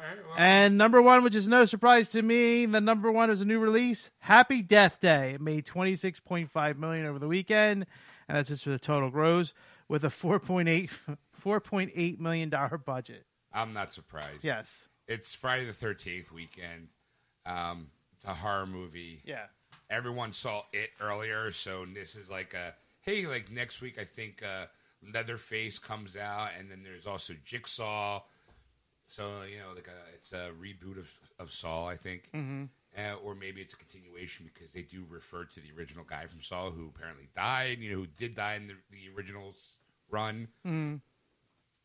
Speaker 1: right. Well,
Speaker 2: And number one, which is no surprise to me, the number one is a new release, Happy Death Day. It made twenty six point five million over the weekend, and that's just for the total gross with a 4.8 $4.8 million dollar budget.
Speaker 1: I'm not surprised.
Speaker 2: Yes.
Speaker 1: It's Friday the 13th weekend. Um, it's a horror movie.
Speaker 2: Yeah.
Speaker 1: everyone saw it earlier, so this is like a hey, like next week I think uh, Leatherface comes out, and then there's also Jigsaw. So you know, like a, it's a reboot of of Saw, I think, mm-hmm. uh, or maybe it's a continuation because they do refer to the original guy from Saw who apparently died, you know, who did die in the, the original s- run.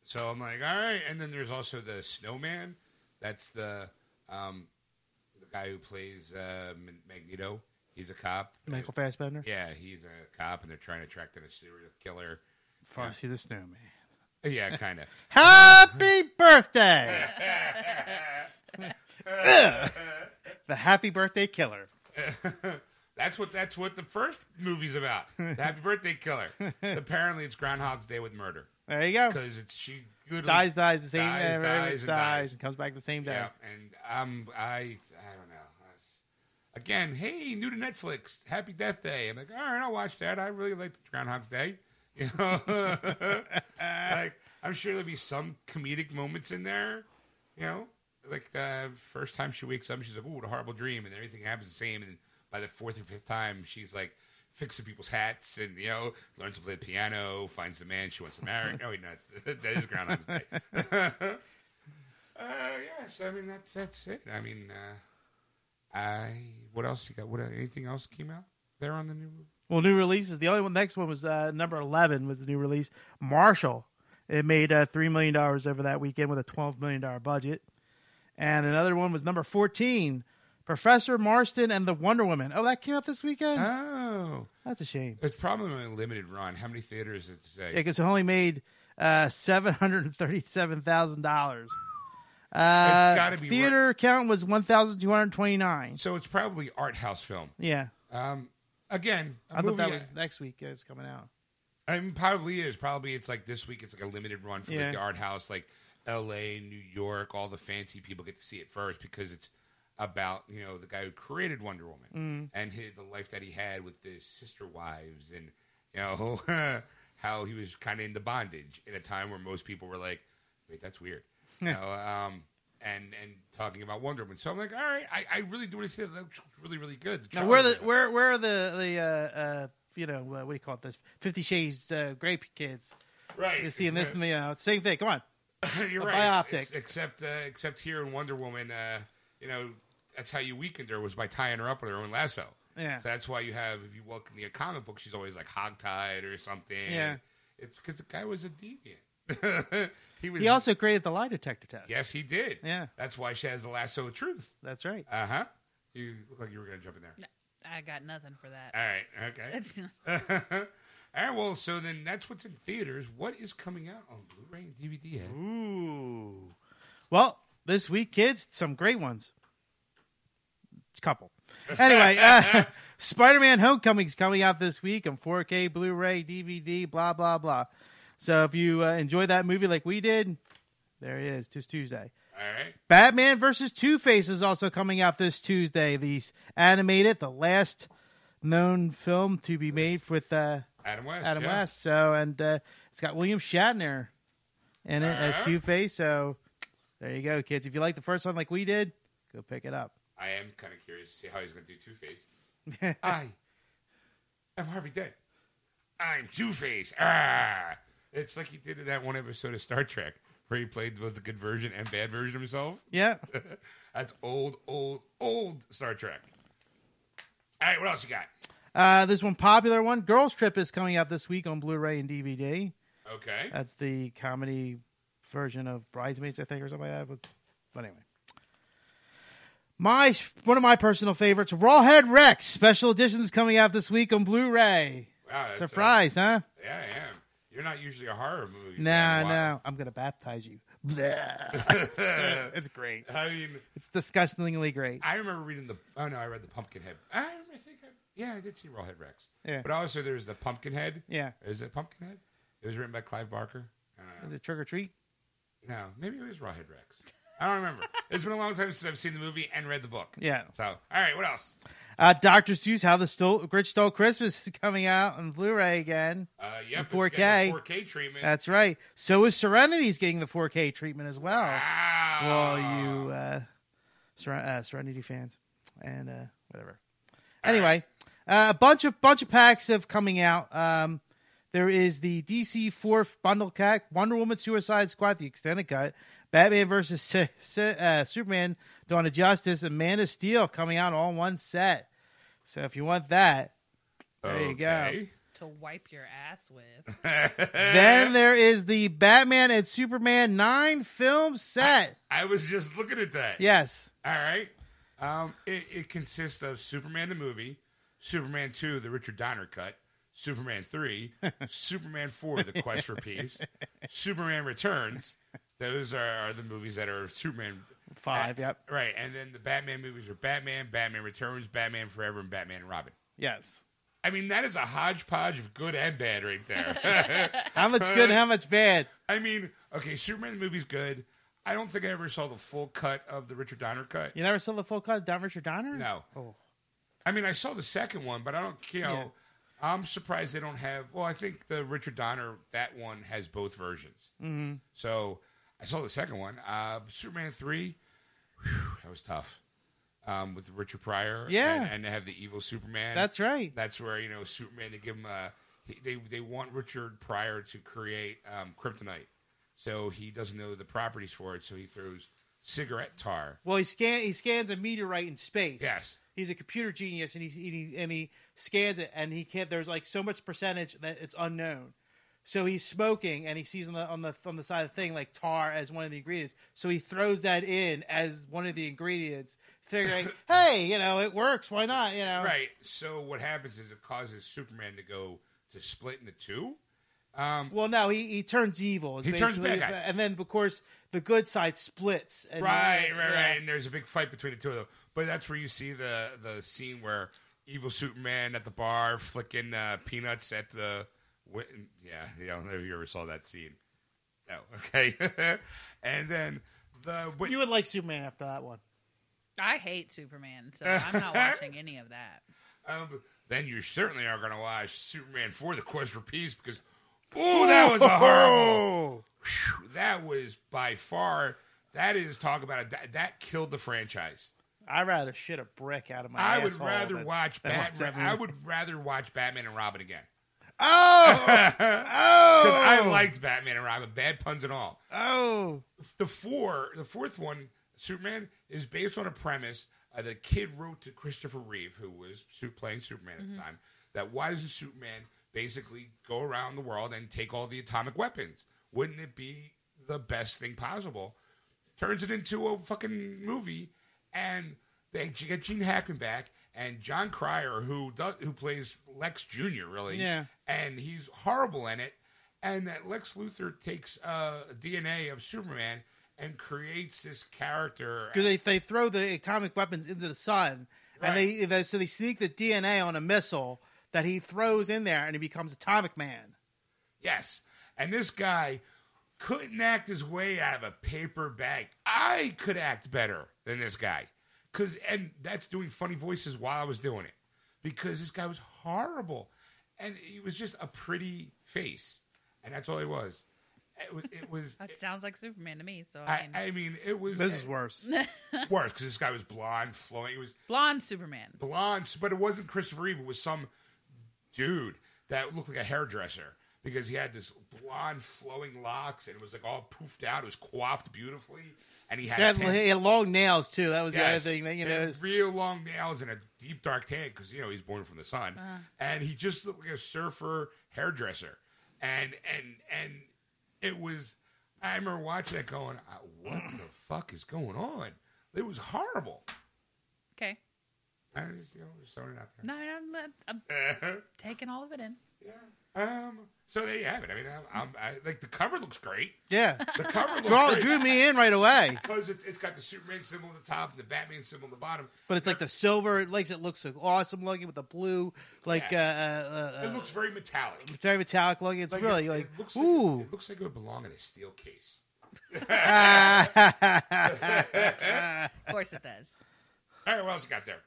Speaker 1: So I'm like, all right. And then there's also the Snowman. That's the um, the guy who plays uh, M- Magneto. He's a cop.
Speaker 2: Michael Fassbender.
Speaker 1: Yeah, he's a cop, and they're trying to track down a serial killer.
Speaker 2: Frosty the Snowman.
Speaker 1: Yeah, kind of.
Speaker 2: Happy birthday! Ugh. the Happy Birthday Killer.
Speaker 1: That's what that's what the first movie's about. The Happy Birthday Killer. Apparently, it's Groundhog's Day with murder
Speaker 2: There you go.
Speaker 1: because it's she literally-
Speaker 2: Dies, dies, the same
Speaker 1: Dies,
Speaker 2: dies,
Speaker 1: dies,
Speaker 2: dies,
Speaker 1: and dies.
Speaker 2: and comes back the same day.
Speaker 1: Yeah, and um, I I don't know. I was- Again, hey, new to Netflix, Happy Death Day. I'm like, all right, I'll watch that. I really like Groundhog's Day. You know, like I'm sure there'll be some comedic moments in there. You know, like the first time she wakes up, she's like, "Oh, what a horrible dream," and everything happens the same. And by the fourth or fifth time, she's like fixing people's hats and you know learns to play the piano, finds the man she wants to marry. no, he nuts. that is Groundhog's Day. Uh, yes, I mean that's that's it. I mean, uh, I what else you got? What anything else came out there on the new?
Speaker 2: Well, new releases. The only one, next one was uh, number eleven was the new release, Marshall. It made uh, three million dollars over that weekend with a twelve million dollar budget. And another one was number fourteen, Professor Marston and the Wonder Woman. Oh, that came out this weekend.
Speaker 1: Oh,
Speaker 2: That's a shame.
Speaker 1: it's probably only a limited run. How many theaters did it say?
Speaker 2: because it only made uh, seven hundred and thirty-seven thousand dollars.
Speaker 1: It's
Speaker 2: Uh,
Speaker 1: gotta be
Speaker 2: theater count was one thousand two hundred twenty-nine.
Speaker 1: so it's probably art house film.
Speaker 2: Yeah,
Speaker 1: Um, again, a
Speaker 2: I thought
Speaker 1: movie,
Speaker 2: that was next week. It's coming out.
Speaker 1: I mean, probably is. Probably it's like this week. It's like a limited run for
Speaker 2: Yeah.
Speaker 1: like the art house, like L.A., New York. All the fancy people get to see it first because it's about you know the guy who created Wonder
Speaker 2: Mm.
Speaker 1: Woman and his, the life that he had with his sister wives and you know how he was kind of into bondage in a time where most people were like, wait, that's weird. you know, um, and and talking about Wonder Woman. So I'm like, all right, I, I really do want to see that. That's really really good.
Speaker 2: Now, where the
Speaker 1: trailer-
Speaker 2: where where are the the uh, uh, you know uh, what do you call it? This Fifty Shades uh, Grey kids.
Speaker 1: right
Speaker 2: You're seeing this and the uh, same thing. Come on.
Speaker 1: You're
Speaker 2: A
Speaker 1: right. It's-
Speaker 2: biopic.
Speaker 1: it's- except, uh, except here in Wonder Woman, uh, you know, that's how you weakened her was by tying her up with her own lasso.
Speaker 2: Yeah.
Speaker 1: So that's why you have if you look in the comic book, she's always like hogtied or something.
Speaker 2: Yeah.
Speaker 1: It's because the guy was a deviant. he was.
Speaker 2: He also created the lie detector test.
Speaker 1: Yes, he did.
Speaker 2: Yeah.
Speaker 1: That's why she has the lasso of truth.
Speaker 2: That's right.
Speaker 1: Uh huh. You look like you were gonna jump in there.
Speaker 3: I got nothing for that.
Speaker 1: All right. Okay.
Speaker 3: That's
Speaker 1: All right. Well, so then that's what's in theaters. What is coming out on Blu-ray and DVD? Ed?
Speaker 2: Ooh. Well, this week, kids, some great ones. It's a couple. Anyway, uh, Spider Man Homecoming's coming out this week on 4K, Blu ray, DVD, blah, blah, blah. So if you uh, enjoy that movie like we did, there it is. Tis Tuesday.
Speaker 1: All right.
Speaker 2: Batman versus Two Face is also coming out this Tuesday. The s- animated, the last known film to be made with uh,
Speaker 1: Adam West.
Speaker 2: Adam
Speaker 1: yeah.
Speaker 2: West. So, and uh, it's got William Shatner in it as
Speaker 1: Alright.
Speaker 2: Two Face. So, there you go, kids. If you like the first one like we did, go pick it up.
Speaker 1: I am kind of curious to see how he's going to do Two Face. I am Harvey Dent. I'm Two Face. Ah! It's like he did in that one episode of Star Trek where he played both the good version and bad version of himself.
Speaker 2: Yeah.
Speaker 1: That's old, old, old Star Trek. All right, what else you got?
Speaker 2: Uh, this one popular one, Girls Trip, is coming out this week on Blu-ray and DVD.
Speaker 1: Okay.
Speaker 2: That's the comedy version of Bridesmaids, I think, or something like that. But, but anyway. My one of my personal favorites, Rawhead Rex special editions coming out this week on Blu-ray.
Speaker 1: Wow, that's, uh,
Speaker 2: Surprise, huh?
Speaker 1: yeah, I am. You're not usually a horror movie.
Speaker 2: No,
Speaker 1: fan. Why?
Speaker 2: no. I'm gonna baptize you. Blah. it's great.
Speaker 1: I mean,
Speaker 2: It's disgustingly great.
Speaker 1: I remember reading the. Oh no, I read the Pumpkinhead. I, remember- I think. I, yeah, I did see Rawhead Rex.
Speaker 2: Yeah.
Speaker 1: But also, there's the Pumpkinhead.
Speaker 2: Yeah.
Speaker 1: Is it Pumpkinhead? It was written by Clive Barker. I don't
Speaker 2: Is
Speaker 1: know.
Speaker 2: it trick or treat?
Speaker 1: No, maybe it was Rawhead Rex. I don't remember. it's been a long time since I've seen the movie and read the book.
Speaker 2: Yeah.
Speaker 1: So, all right, what else?
Speaker 2: Uh, Doctor Seuss, How the Stole, Grinch Stole Christmas is coming out on Blu-ray again.
Speaker 1: Uh, yep, it's
Speaker 2: 4K.
Speaker 1: getting a 4K treatment.
Speaker 2: That's right. So is Serenity's getting the 4K treatment as well.
Speaker 1: wow.
Speaker 2: Well, you uh, Ser- uh, Serenity fans and uh, whatever. Anyway, uh, a bunch of bunch of packs have coming out. Um, there is the DC fourth bundle pack, Wonder Woman, Suicide Squad, the extended cut, Batman versus Su- Su- uh, Superman, Dawn of Justice, and Man of Steel coming out all in one set. So if you want that, there you go.
Speaker 1: Okay.
Speaker 3: to wipe your ass with.
Speaker 2: Then there is the Batman and Superman nine film set.
Speaker 1: I was just looking at that.
Speaker 2: Yes.
Speaker 1: All right. Um, it, it consists of Superman the movie, Superman 2, the Richard Donner cut, Superman 3, Superman 4, the Quest for Peace, Superman Returns. Those are, are the movies that are Superman.
Speaker 2: Five,
Speaker 1: Uh,
Speaker 2: yep.
Speaker 1: Right. And then the Batman movies are Batman, Batman Returns, Batman Forever, and Batman and Robin.
Speaker 2: Yes.
Speaker 1: I mean, that is a hodgepodge of good and bad right there.
Speaker 2: How much good? How much bad?
Speaker 1: I mean, okay, Superman the movie's good. I don't think I ever saw the full cut of the Richard Donner cut.
Speaker 2: You never saw the full cut of Don Richard Donner?
Speaker 1: No.
Speaker 2: Oh.
Speaker 1: I mean, I saw the second one, but I don't, you know, I'm surprised they don't have. Well, I think the Richard Donner that one has both versions. Mm-hmm. So I saw the second one, uh, Superman three. whew, that was tough. Um, with Richard Pryor,
Speaker 2: Yeah.
Speaker 1: and, and they have the evil Superman.
Speaker 2: That's right.
Speaker 1: That's where you know Superman. They give him. A, he- they they want Richard Pryor to create um, kryptonite, so he doesn't know the properties for it. So he throws cigarette tar.
Speaker 2: Well, he scan he scans a meteorite in space.
Speaker 1: Yes.
Speaker 2: He's a computer genius, and he, he and he scans it, and he can't. There's like so much percentage that it's unknown. So he's smoking, and he sees on the on the on the side of the thing like tar as one of the ingredients. So he throws that in as one of the ingredients, figuring, hey, you know, it works. Why not? You know,
Speaker 1: Right. So what happens is it causes Superman to go to split into two. Um,
Speaker 2: Well, no, he, he turns evil. is
Speaker 1: He turns bad
Speaker 2: basically-
Speaker 1: guy.
Speaker 2: and then of course the good side splits. And
Speaker 1: right, right,
Speaker 2: yeah.
Speaker 1: right. And there's a big fight between the two of them. But that's where you see the the scene where evil Superman at the bar flicking uh, peanuts at the. wi- Yeah, I don't know if you ever saw that scene. No. Okay. and then the wit-
Speaker 2: You would like Superman after that one.
Speaker 3: I hate Superman, so I'm not watching any of that.
Speaker 1: um, then you certainly are going to watch Superman for the Quest for Peace because. Oh, that was a horrible. Phew, that was by far that is talk about it that, that killed the franchise
Speaker 2: I'd rather shit a brick out of my.
Speaker 1: i would
Speaker 2: asshole
Speaker 1: rather
Speaker 2: than-
Speaker 1: watch
Speaker 2: than
Speaker 1: bat,
Speaker 2: watch that
Speaker 1: i
Speaker 2: movie.
Speaker 1: would rather watch batman and robin again
Speaker 2: Oh,
Speaker 1: because
Speaker 2: oh,
Speaker 1: i liked batman and robin bad puns and all
Speaker 2: Oh,
Speaker 1: the four the fourth one superman is based on a premise Uh, the kid wrote to Christopher Reeve, who was su- playing Superman at the time, that why doesn't Superman basically go around the world and take all the atomic weapons? Wouldn't it be the best thing possible? Turns it into a fucking movie, and they g- get Gene Hackman back and John Cryer, who does who plays Lex Junior, really,
Speaker 2: Yeah.
Speaker 1: and he's horrible in it. And that Lex Luthor takes uh, DNA of Superman and creates this character.
Speaker 2: because they, they throw the atomic weapons into the sun, and they, they so they sneak the DNA on a missile that he throws in there, and he becomes Atomic Man.
Speaker 1: Yes. And this guy couldn't act his way out of a paper bag. I could act better than this guy. Cause and that's doing funny voices while I was doing it. Because this guy was horrible. And he was just a pretty face. And that's all he was. It was it was
Speaker 3: That sounds like Superman to me. So I
Speaker 1: I,
Speaker 3: mean,
Speaker 1: I mean it was
Speaker 2: This is worse.
Speaker 1: worse because this guy was blonde, flowing. He was
Speaker 3: blonde Superman.
Speaker 1: blonde, but it wasn't Christopher Reeve. It was some dude that looked like a hairdresser because he had this blonde flowing locks and it was like all poofed out. It was coiffed beautifully, and he had,
Speaker 2: They had,
Speaker 1: tan-
Speaker 2: he had long nails too. That was
Speaker 1: Yes.
Speaker 2: the other thing that you
Speaker 1: They had
Speaker 2: noticed.
Speaker 1: real long nails and a deep dark tan because you know he's born from the sun, and he just looked like a surfer hairdresser, and and and it was. I remember watching it, going, "Uh, "What the fuck is going on?" It was horrible.
Speaker 3: Okay.
Speaker 1: I just, you know, just throwing it out there.
Speaker 3: No, I'm, I'm
Speaker 1: Uh,
Speaker 3: taking all of it in.
Speaker 1: Um. So there you have it. I mean, I'm, I'm I, like the cover looks great.
Speaker 2: Yeah,
Speaker 1: The cover looks
Speaker 2: draw
Speaker 1: great
Speaker 2: drew me in right away.
Speaker 1: because it's, it's got the Superman symbol on the top and the Batman symbol on the bottom.
Speaker 2: But it's like the silver. It makes it look so awesome looking with the blue, like uh, uh,
Speaker 1: It
Speaker 2: uh,
Speaker 1: looks very metallic.
Speaker 2: very metallic looking. It's
Speaker 1: Like,
Speaker 2: really
Speaker 1: it,
Speaker 2: like
Speaker 1: it looks
Speaker 2: ooh.
Speaker 1: Like, it looks like it would belong in a steel case.
Speaker 3: Of course it does.
Speaker 1: All right, what else you got there?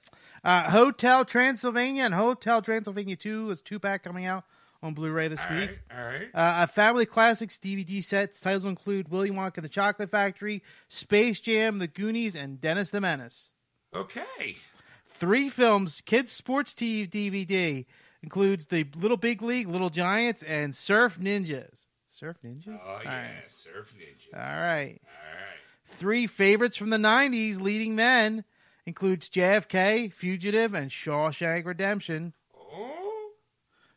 Speaker 2: Uh, Hotel Transylvania and Hotel Transylvania 2 is two pack coming out on Blu ray this
Speaker 1: All
Speaker 2: week.
Speaker 1: right, all right.
Speaker 2: Uh, a Family Classics DVD sets. Titles include Willy Wonka and the Chocolate Factory, Space Jam, The Goonies, and Dennis the Menace.
Speaker 1: okay.
Speaker 2: Three films, kids sports TV DVD includes The Little Big League, Little Giants, and Surf Ninjas. Surf Ninjas?
Speaker 1: Oh
Speaker 2: All
Speaker 1: yeah,
Speaker 2: right. Uh,
Speaker 1: Surf Ninja.
Speaker 2: All right.
Speaker 1: all right.
Speaker 2: Three favorites from the 90s leading men includes JFK, Fugitive, and Shawshank Redemption.
Speaker 1: Oh.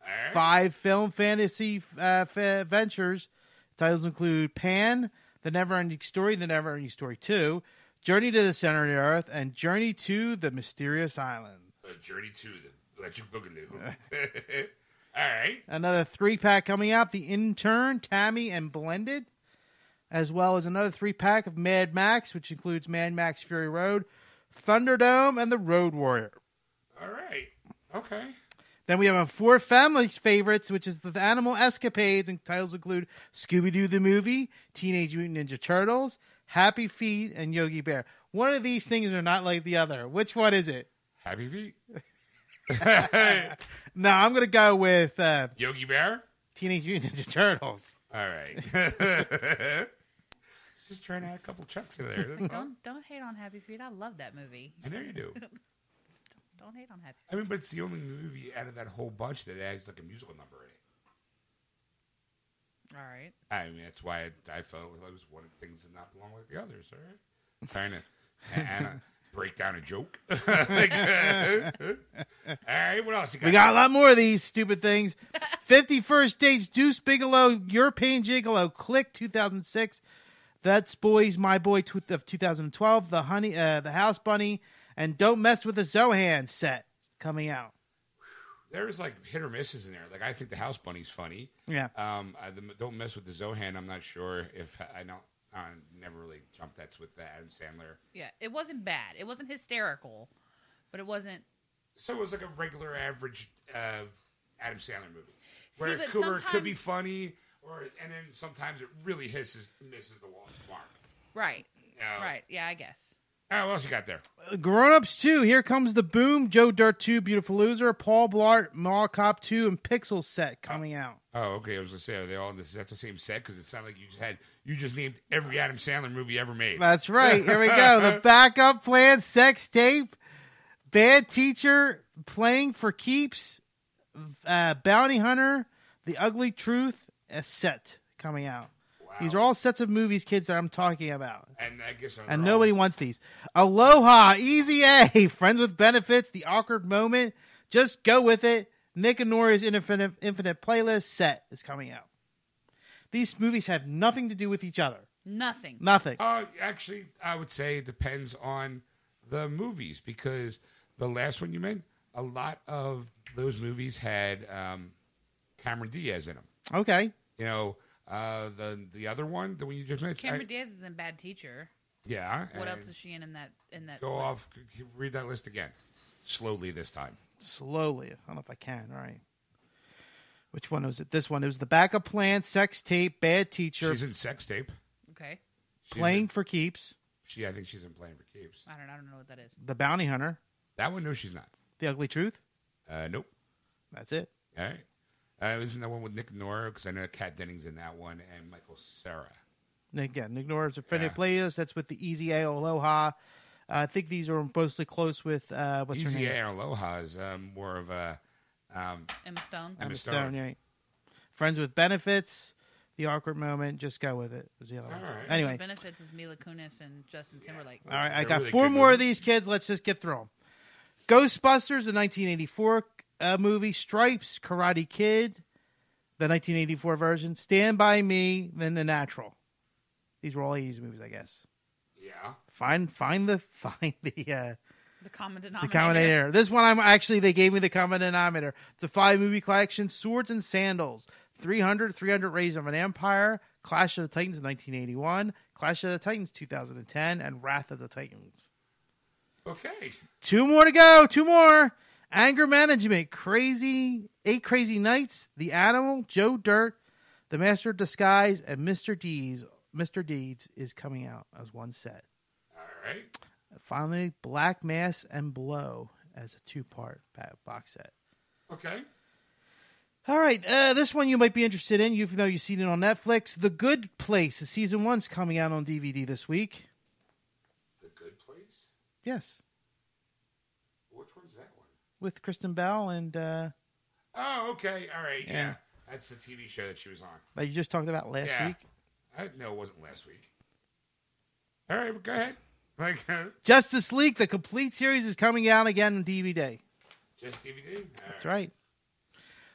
Speaker 1: All right.
Speaker 2: five film fantasy uh, f- adventures. Titles include Pan, The Never Ending Story, The Never Ending Story 2, Journey to the Center of the Earth, and Journey to the Mysterious Island.
Speaker 1: Uh, Journey to the Electric Boogaloo. all right.
Speaker 2: Another three pack coming out The Intern, Tammy, and Blended, as well as another three pack of Mad Max, which includes Mad Max Fury Road, Thunderdome, and The Road Warrior.
Speaker 1: All right. Okay.
Speaker 2: Then we have our four families favorites, which is the animal escapades, and titles include Scooby Doo the movie, Teenage Mutant Ninja Turtles, Happy Feet, and Yogi Bear. One of these things are not like the other. Which one is it?
Speaker 1: Happy feet.
Speaker 2: No, I'm gonna go with uh,
Speaker 1: Yogi Bear.
Speaker 2: Teenage Mutant Ninja Turtles.
Speaker 1: All right. Just trying to add a couple chunks in there. That's all.
Speaker 3: Don't don't hate on Happy Feet. I love that movie.
Speaker 1: I know you do.
Speaker 3: Don't hate on Happy.
Speaker 1: I mean, but it's the only movie out of that whole bunch that has like a musical number in it.
Speaker 3: All right.
Speaker 1: I mean, that's why I, I felt it was one of the things that not belong with the others. All right, trying to and, break down a joke. Like, all right, what else you got?
Speaker 2: We got a lot more of these stupid things. 51st Dates, Deuce Bigelow, European Gigolo, Click 2006. That's Boys, My Boy tw- of 2012, The Honey, uh, The House Bunny, and Don't Mess with the Zohan set coming out.
Speaker 1: There's like hit or misses in there. Like I think the House Bunny's funny.
Speaker 2: Yeah.
Speaker 1: Um, I, the, don't mess with the Zohan. I'm not sure if I don't. I never really jumped. That's with the Adam Sandler.
Speaker 3: Yeah, it wasn't bad. It wasn't hysterical, but it wasn't.
Speaker 1: So it was like a regular average uh, Adam Sandler movie, where,
Speaker 3: See,
Speaker 1: it
Speaker 3: but
Speaker 1: could, where it could be
Speaker 3: sometimes-
Speaker 1: funny, or and then sometimes it really hisses misses the wall mark.
Speaker 3: Right.
Speaker 1: Yeah.
Speaker 3: Right. Yeah, I guess.
Speaker 1: All right, what else you got there?
Speaker 2: Grown Ups 2, Here Comes the Boom, Joe Dirt 2, Beautiful Loser, Paul Blart, Mall Cop 2, and Pixel set coming out.
Speaker 1: Oh, okay. I was gonna say are they all this. That's the same set because it sounded like you just had you just named every Adam Sandler movie ever made.
Speaker 2: That's right. Here we go. The backup plan, sex tape, bad teacher, playing for keeps, uh, bounty hunter, the ugly truth, a set coming out.
Speaker 1: wow.
Speaker 2: These are all sets of movies, kids, that I'm talking about.
Speaker 1: And I guess
Speaker 2: And nobody wants these. Aloha, Easy A, Friends with Benefits, The Awkward Moment, Just Go With It, Nick and Nora's Infinite, Infinite Playlist set is coming out. These movies have nothing to do with each other.
Speaker 3: Nothing.
Speaker 2: Nothing.
Speaker 1: Uh, actually, I would say it depends on the movies because the last one you made, a lot of those movies had um, Cameron Diaz in them.
Speaker 2: Okay.
Speaker 1: You know, uh, the the other one, the one you just mentioned.
Speaker 3: Cameron
Speaker 1: I-
Speaker 3: Diaz is in Bad Teacher.
Speaker 1: Yeah.
Speaker 3: What
Speaker 1: and
Speaker 3: else is she in in that? In that?
Speaker 1: Go off. c- c- Read that list again, slowly this time.
Speaker 2: slowly. I don't know if I can. All right. Which one was it? This one. It was the backup plan, sex tape, bad teacher,
Speaker 1: She's in sex tape.
Speaker 3: Okay.
Speaker 1: She's
Speaker 2: playing
Speaker 1: in-
Speaker 2: for keeps,
Speaker 1: she, I think she's in playing for keeps.
Speaker 3: I don't. I don't know what that is.
Speaker 2: the bounty hunter,
Speaker 1: That one, no, she's not.
Speaker 2: the ugly truth.
Speaker 1: Uh, nope.
Speaker 2: That's it.
Speaker 1: All right. Uh, isn't that one with Nick Nora? Because I know Kat Dennings in that one and Michael Sarah.
Speaker 2: And again, ignores offended
Speaker 1: Yeah.
Speaker 2: players. That's with the Easy A Aloha. Uh, I think these are mostly close with uh, what's
Speaker 1: Easy
Speaker 2: her name?
Speaker 1: Air Aloha is um, more of a. Um,
Speaker 3: Emma Stone.
Speaker 1: Emma
Speaker 2: Emma
Speaker 1: Stone.
Speaker 2: Stone. Right. Friends with benefits. The awkward moment. Just go with it. Was the other
Speaker 1: All
Speaker 2: ones.
Speaker 1: right.
Speaker 2: Anyway.
Speaker 3: The benefits is Mila Kunis and Justin Timberlake.
Speaker 2: All right, I
Speaker 1: They're
Speaker 2: got
Speaker 1: really
Speaker 2: four
Speaker 1: good
Speaker 2: more of
Speaker 1: movies.
Speaker 2: these kids. Let's just get through them. Ghostbusters, the 1984 uh, movie. Stripes, Karate Kid, the 1984 version. Stand by Me, then The Natural. These were all 80s movies, I guess.
Speaker 1: yeah.
Speaker 2: Find find the find the uh,
Speaker 3: The common
Speaker 2: the
Speaker 3: denominator.
Speaker 2: common denominator. This one, I'm actually they gave me the common denominator. It's a five movie collection: Swords and Sandals, 300, 300 Rays of an Empire, Clash of the Titans, 1981, Clash of the Titans, 2010, and Wrath of the Titans.
Speaker 1: Okay.
Speaker 2: Two more to go. Two more. Anger management. Crazy eight crazy nights. The animal. Joe Dirt. The master of disguise and Mr. Deeds. Mr. Deeds is coming out as one set.
Speaker 1: All right.
Speaker 2: Finally, Black Mass and Blow as a two part box set.
Speaker 1: Okay.
Speaker 2: All right, uh, this one you might be interested in, even though you've seen it on Netflix. The Good Place, season one's coming out on DVD this week.
Speaker 1: The Good Place.
Speaker 2: Yes,
Speaker 1: Which one's that one?
Speaker 2: with Kristen Bell and uh,
Speaker 1: Oh, okay. All right. Yeah.
Speaker 2: Yeah.
Speaker 1: That's the TV show that she was on.
Speaker 2: that you just talked about last
Speaker 1: Yeah.
Speaker 2: week.
Speaker 1: I, no, it wasn't last week. All right. Well, go ahead. Like uh,
Speaker 2: Justice League, the complete series, is coming out again on DVD.
Speaker 1: just DVD. All
Speaker 2: That's right.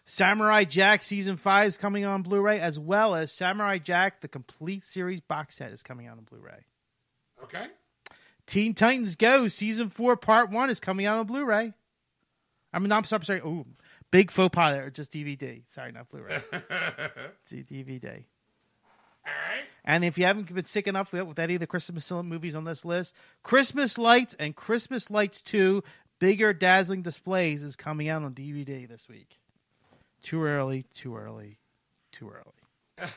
Speaker 2: Samurai Jack season five is coming on Blu-ray, as well as Samurai Jack the complete series box set is coming out on Blu-ray.
Speaker 1: Okay.
Speaker 2: Teen Titans Go season four part one is coming out on Blu-ray. I mean, I'm sorry. sorry ooh, big faux pas there. Just DVD. Sorry, not Blu-ray. it's a DVD.
Speaker 1: All right.
Speaker 2: And if you haven't been sick enough with with any of the Christmas movies on this list, Christmas Lights and Christmas Lights 2 Bigger Dazzling Displays is coming out on DVD this week. Too early, too early, too early.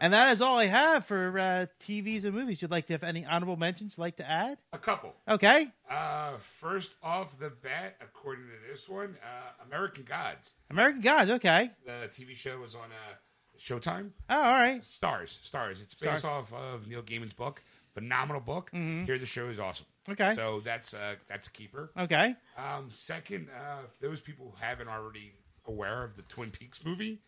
Speaker 2: and that is all I have for uh, TVs and movies. You'd like to have any honorable mentions you'd like to add?
Speaker 1: A couple.
Speaker 2: Okay.
Speaker 1: Uh, first off the bat, according to this one, uh, American Gods.
Speaker 2: American Gods, okay.
Speaker 1: The TV show was on uh, Showtime.
Speaker 2: Oh, all right.
Speaker 1: Stars, stars. It's based
Speaker 2: Stars. Mm-hmm.
Speaker 1: off of Neil Gaiman's book. Phenomenal book. Here, the show is awesome.
Speaker 2: Okay.
Speaker 1: so that's uh, that's a keeper.
Speaker 2: Okay.
Speaker 1: Um, second, uh, if those people who haven't already aware of the Twin Peaks movie,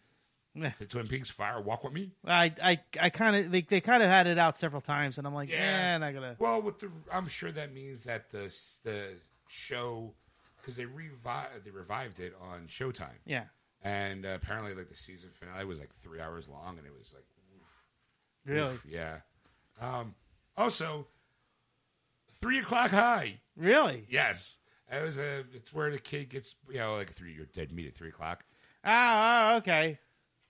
Speaker 2: Yeah.
Speaker 1: the Twin Peaks Fire Walk with Me.
Speaker 2: I I, I kind of they, they kind of had it out several times, and I'm like, yeah,
Speaker 1: Yeah.
Speaker 2: not gonna.
Speaker 1: Well, with the, I'm sure that means that the s- the show because they revived they revived it on Showtime.
Speaker 2: Yeah,
Speaker 1: And uh, apparently, like the season finale was like three hours long, and it was like,
Speaker 2: really,
Speaker 1: oof, yeah. Um, also, three o'clock high.
Speaker 2: really.
Speaker 1: Yes, it was a. It's where the kid gets, you know, like three. You're dead meat at three o'clock.
Speaker 2: Ah, ah, okay.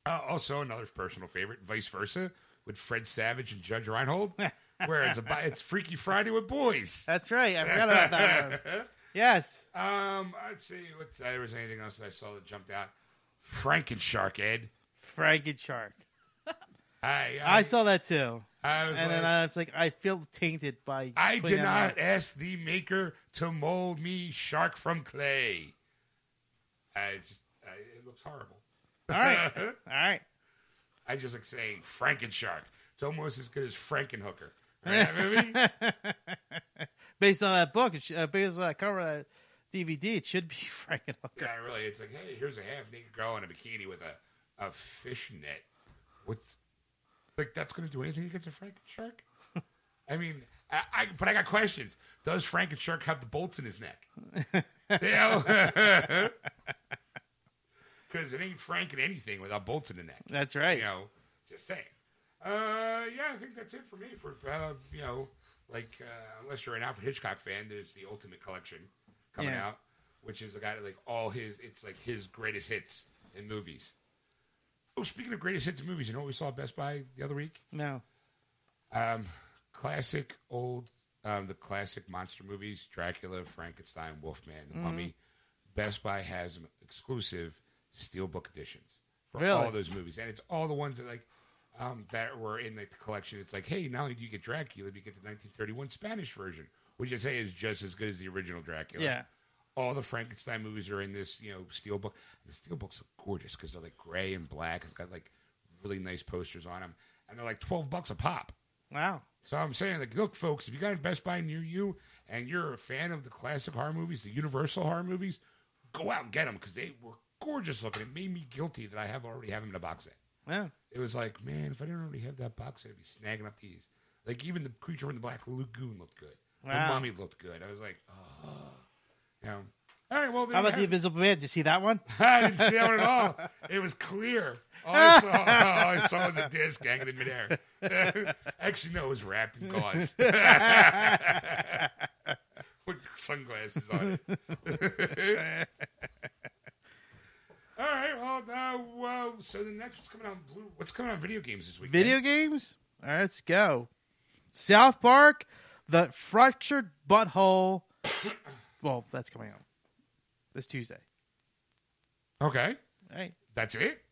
Speaker 1: Uh, also, another personal favorite, vice versa, with Fred Savage and Judge Reinhold, where it's a bi- it's Freaky Friday with boys.
Speaker 2: That's right. I forgot about that one. Yes.
Speaker 1: Um, I'd see what there was anything else that I saw that jumped out. Frankenshark, Ed.
Speaker 2: Franken Shark.
Speaker 1: I I,
Speaker 2: I saw that too.
Speaker 1: I was
Speaker 2: And
Speaker 1: like,
Speaker 2: then I was like, I feel tainted by.
Speaker 1: I
Speaker 2: putting
Speaker 1: did
Speaker 2: that
Speaker 1: not
Speaker 2: on.
Speaker 1: ask the maker to mold me shark from clay. I just, I, it looks horrible.
Speaker 2: All right. All right.
Speaker 1: I just like saying Frankenshark. It's almost as good as Frankenhooker. Right? I mean,
Speaker 2: Based on that book, it should, uh, based on that cover of that DVD, it should be Franken Hooker.
Speaker 1: yeah, really, it's like, hey, here's a half naked girl in a bikini with a, a fish net. What's Like that's going to do anything against a Franken shark? I mean, I, I but I got questions. Does Franken shark have the bolts in his neck? Because it ain't Franken anything without bolts in the neck.
Speaker 2: That's right.
Speaker 1: You know, just saying. Uh, yeah, I think that's it for me. For uh, you know, like uh, unless you're an Alfred Hitchcock fan, there's the Ultimate Collection coming
Speaker 2: Yeah.
Speaker 1: out, which is a guy that, like all his. It's like his greatest hits in movies. Oh, speaking of greatest hits in movies, you know what we saw at Best Buy the other week?
Speaker 2: No.
Speaker 1: Um, classic old, um, the classic monster movies: Dracula, Frankenstein, Wolfman, The Mummy.
Speaker 2: Mm-hmm.
Speaker 1: Best Buy has them exclusive steelbook editions for
Speaker 2: Really?
Speaker 1: all those movies, and it's all the ones that like um, that were in like, the collection. It's like, hey, not only do you get Dracula, but you get the 1931 Spanish version, which I say is just as good as the original Dracula.
Speaker 2: Yeah.
Speaker 1: All the Frankenstein movies are in this, you know, steelbook. The steelbooks are gorgeous because they're like gray and black. It's got like really nice posters on them, and they're like twelve bucks a pop.
Speaker 2: Wow.
Speaker 1: So I'm saying, like, look, folks, if you got a Best Buy near you and you're a fan of the classic horror movies, the Universal horror movies, go out and get them because they were gorgeous looking. It made me guilty that I have already have them in a box set.
Speaker 2: Yeah.
Speaker 1: It was like, man, if I didn't already have that box set, I'd be snagging up these. Like even the creature from the Black Lagoon looked good.
Speaker 2: Wow.
Speaker 1: The mummy looked good. I was like, oh, you know. All right, well, there
Speaker 2: How
Speaker 1: you
Speaker 2: about the
Speaker 1: have it.
Speaker 2: Invisible Man? Did you see that one?
Speaker 1: I didn't see that one at all. It was clear. All I saw, all I saw was a disc hanging in midair. Actually, no, it was wrapped in gauze with sunglasses on it. all right. Well, now, well, so the next what's coming on blue? What's coming on video games this week?
Speaker 2: Video games? All right, let's go. South Park, The Fractured Butthole. well, that's coming out this Tuesday.
Speaker 1: Okay,
Speaker 2: All right.
Speaker 1: that's it.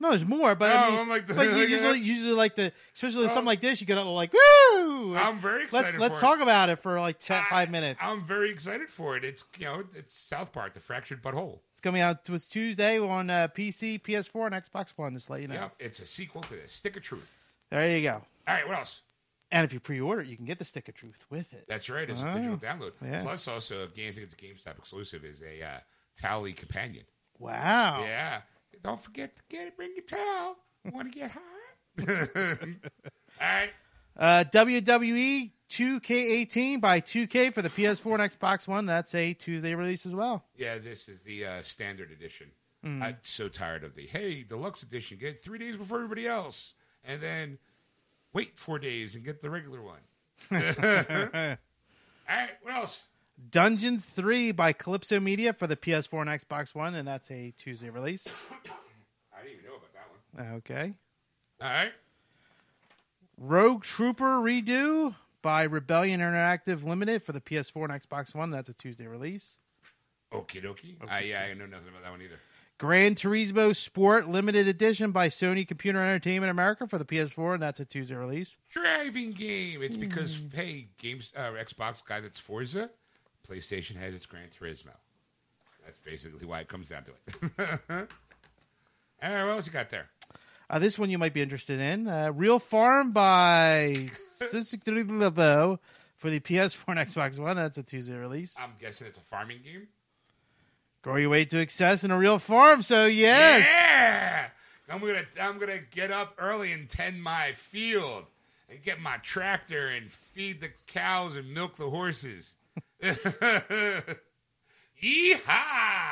Speaker 2: No, there's more, but I
Speaker 1: Oh,
Speaker 2: mean,
Speaker 1: I'm like- Oh.
Speaker 2: but you usually, usually like the, especially something like this, you get all like, woo!
Speaker 1: I'm very excited.
Speaker 2: let's let's
Speaker 1: for
Speaker 2: talk
Speaker 1: it. Ah,
Speaker 2: about it for like 10, five minutes.
Speaker 1: I'm very excited for it. It's you know, it's South Park, the fractured butthole.
Speaker 2: it's coming out. It was Tuesday on uh, PC, PS4, and Xbox One. Just to let you know.
Speaker 1: Yeah, it's a sequel to the Stick of Truth.
Speaker 2: There you go.
Speaker 1: All right, what else?
Speaker 2: And if you pre-order, it, you can get the stick of truth with it.
Speaker 1: That's right. It's
Speaker 2: Oh,
Speaker 1: a digital download.
Speaker 2: yeah.
Speaker 1: Plus, also, Games Against GameStop exclusive is a uh, Tally companion.
Speaker 2: Wow.
Speaker 1: Yeah. Don't forget to get it. Bring your towel. Want to get hot? All right.
Speaker 2: Uh, E WWE 2K18 by 2K for the PS4 and Xbox One. That's a Tuesday release as well.
Speaker 1: Yeah, this is the uh, standard edition. I'm so tired of the hey deluxe edition. Get it three days before everybody else, and then wait four days and get the regular one. All right. What else?
Speaker 2: Dungeons 3 by Calypso Media for the PS4 and Xbox One, and that's a Tuesday release.
Speaker 1: I didn't even know about that one.
Speaker 2: Okay.
Speaker 1: All right.
Speaker 2: Rogue Trooper Redo by Rebellion Interactive Limited for the PS4 and Xbox One. That's a Tuesday release.
Speaker 1: Okie dokie. I, yeah, I know nothing about that one either.
Speaker 2: Gran Turismo Sport Limited Edition by Sony Computer Entertainment America for the PS4, and that's a Tuesday release.
Speaker 1: driving game. It's because hey, games uh, Xbox got its Forza, PlayStation has its Gran Turismo. That's basically why it comes down to it. All right, what else you got there?
Speaker 2: Uh, this one you might be interested in. Uh, Real Farm by Sissyctulabo for the PS4 and Xbox One. That's a Tuesday release.
Speaker 1: I'm guessing it's a farming game.
Speaker 2: Grow your way to excess in a real farm. So yes,
Speaker 1: Yeah. I'm gonna I'm gonna get up early and tend my field and get my tractor and feed the cows and milk the horses. Yeehaw!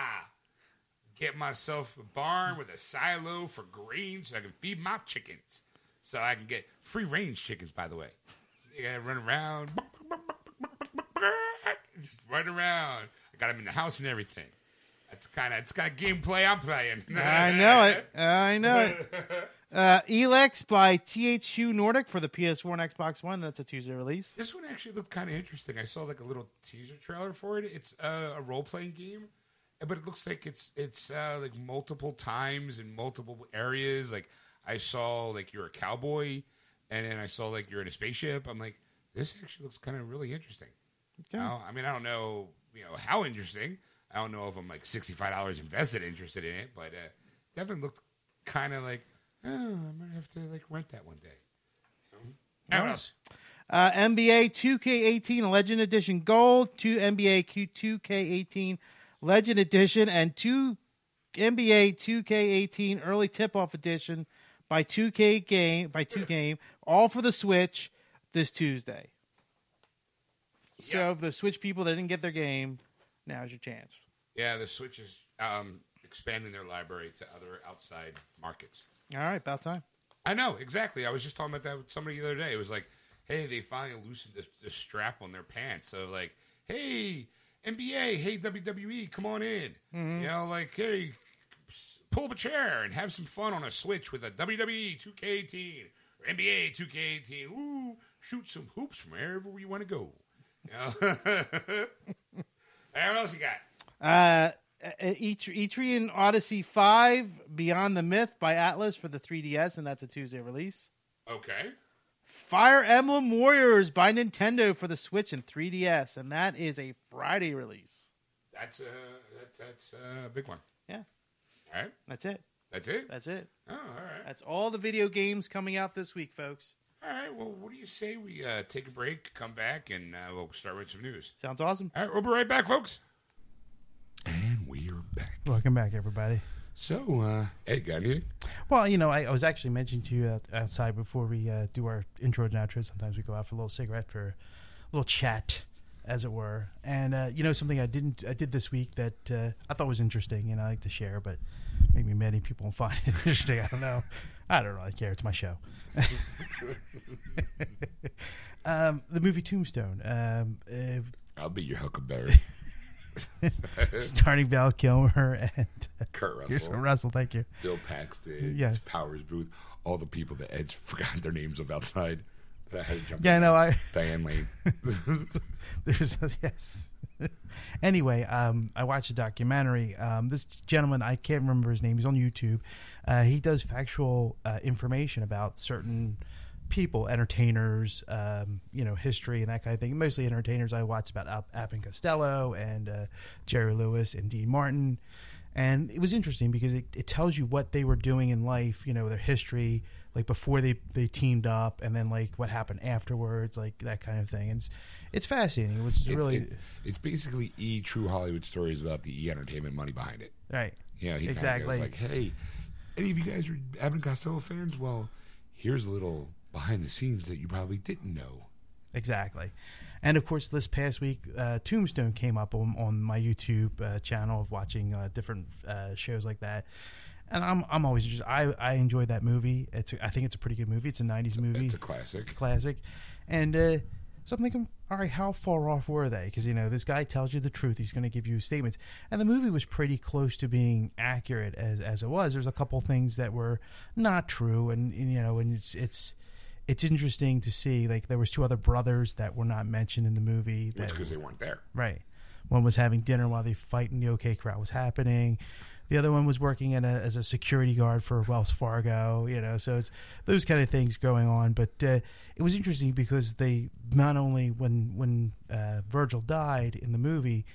Speaker 1: Get myself a barn with a silo for grain so I can feed my chickens. So I can get free range chickens, by the way. You gotta run around, just run around. I got them in the house and everything. That's kind of it's kind of gameplay I'm playing.
Speaker 2: I know it. I know it. Uh, Elex by THQ Nordic for the PS4 and Xbox One. That's a Tuesday release.
Speaker 1: This one actually looked kind of interesting. I saw like a little teaser trailer for it. It's uh, a role playing game, but it looks like it's it's uh, like multiple times in multiple areas. Like I saw like you're a cowboy, and then I saw like you're in a spaceship. I'm like, this actually looks kind of really interesting.
Speaker 2: Okay.
Speaker 1: Now, I mean, I don't know, you know, how interesting. I don't know if I'm like sixty five dollars invested interested in it, but uh, definitely looked kind of like oh, I might have to like rent that one day. You know? What else?
Speaker 2: Uh, NBA 2K18 Legend Edition Gold, two NBA Q 2K18 Legend Edition, and two NBA 2K18 Early Tip Off Edition
Speaker 6: by 2K game by 2 game all for the Switch this Tuesday. So if the Switch people that didn't get their game, now's your chance.
Speaker 1: Yeah, the Switch is um, expanding their library to other outside markets.
Speaker 6: All right, about time.
Speaker 1: I know exactly. I was just talking about that with somebody the other day. It was like, hey, they finally loosened the, the strap on their pants. So like, hey, NBA, hey WWE, come on in. You know, like hey, pull up a chair and have some fun on a Switch with a E WWE 2K18 or NBA 2K18. Ooh, shoot some hoops from wherever you want to go. You know? Hey, what else you got?
Speaker 6: Uh, Etrian E Odyssey 5 Beyond the Myth by Atlas for the 3DS, and that's a Tuesday release.
Speaker 1: Okay.
Speaker 6: Fire Emblem Warriors by Nintendo for the Switch and 3DS, and that is a Friday release.
Speaker 1: That's uh, that, that's uh, a big one.
Speaker 6: Yeah,
Speaker 1: All right,
Speaker 6: that's it.
Speaker 1: that's it.
Speaker 6: That's it.
Speaker 1: Oh, all right,
Speaker 6: That's all the video games coming out this week, folks.
Speaker 1: all right. Well, what do you say we uh, take a break, come back, and uh, we'll start with some news.
Speaker 6: Sounds awesome.
Speaker 1: All right, we'll be right back, folks. And we are back.
Speaker 2: Welcome back, everybody.
Speaker 1: So, uh, hey, got anything?
Speaker 2: Well, you know, I, I was actually mentioning to you out, outside before we uh, do our intro and outro. Sometimes we go out for a little cigarette for a little chat, as it were. And uh, you know, something I didn't I did this week that uh, I thought was interesting, and I like to share, but maybe many people won't find it interesting. I don't know. I don't really care. It's my show. um, the movie Tombstone. Um, uh,
Speaker 1: I'll be your Huckleberry,
Speaker 2: starring Val Kilmer and
Speaker 1: Kurt
Speaker 2: Russell.
Speaker 1: Russell,
Speaker 2: Russell thank you.
Speaker 1: Bill Paxton,
Speaker 2: Yeah.
Speaker 1: Powers Booth, all the people that Ed's forgot their names of outside that I had to jump.
Speaker 2: Yeah, I
Speaker 1: in.
Speaker 2: know. I
Speaker 1: Diane Lane.
Speaker 2: There's yes. anyway, um, I watched a documentary. Um, this gentleman, I can't remember his name. He's on YouTube. Uh, he does factual uh, information about certain people, entertainers, um, you know, history and that kind of thing. Mostly entertainers. I watched about Ab App and Costello and uh, Jerry Lewis and Dean Martin. And it was interesting because it, it tells you what they were doing in life, you know, their history, like before they, they teamed up and then like what happened afterwards, like that kind of thing. And it's, it's fascinating, which is
Speaker 1: It's,
Speaker 2: really
Speaker 1: it- it's basically e true Hollywood stories about the e entertainment money behind it.
Speaker 2: Right.
Speaker 1: You know, he
Speaker 2: exactly.
Speaker 1: exactly. Kind of goes like, "Hey, any of you guys are Abbott and Costello fans? Well, here's a little behind the scenes that you probably didn't know."
Speaker 2: exactly. And of course, this past week, uh, Tombstone came up on, on my YouTube uh, channel of watching uh, different uh, shows like that. And I'm I'm always just I I enjoyed that movie. It's a, I think it's a pretty good movie. It's a '90s movie.
Speaker 1: It's a classic.
Speaker 2: classic. And uh, so I'm thinking, all right, how far off were they? Because you know, this guy tells you the truth. He's going to give you statements, and the movie was pretty close to being accurate as as it was. There's a couple things that were not true, and, and you know, and it's it's. It's interesting to see, like there was two other brothers that were not mentioned in the movie. That,
Speaker 1: It's because they weren't there.
Speaker 2: Right. One was having dinner while the fight in the OK crowd was happening. The other one was working in a, as a security guard for Wells Fargo, you know. So it's those kind of things going on. But uh, it was interesting because they not only when when uh, Virgil died in the movie,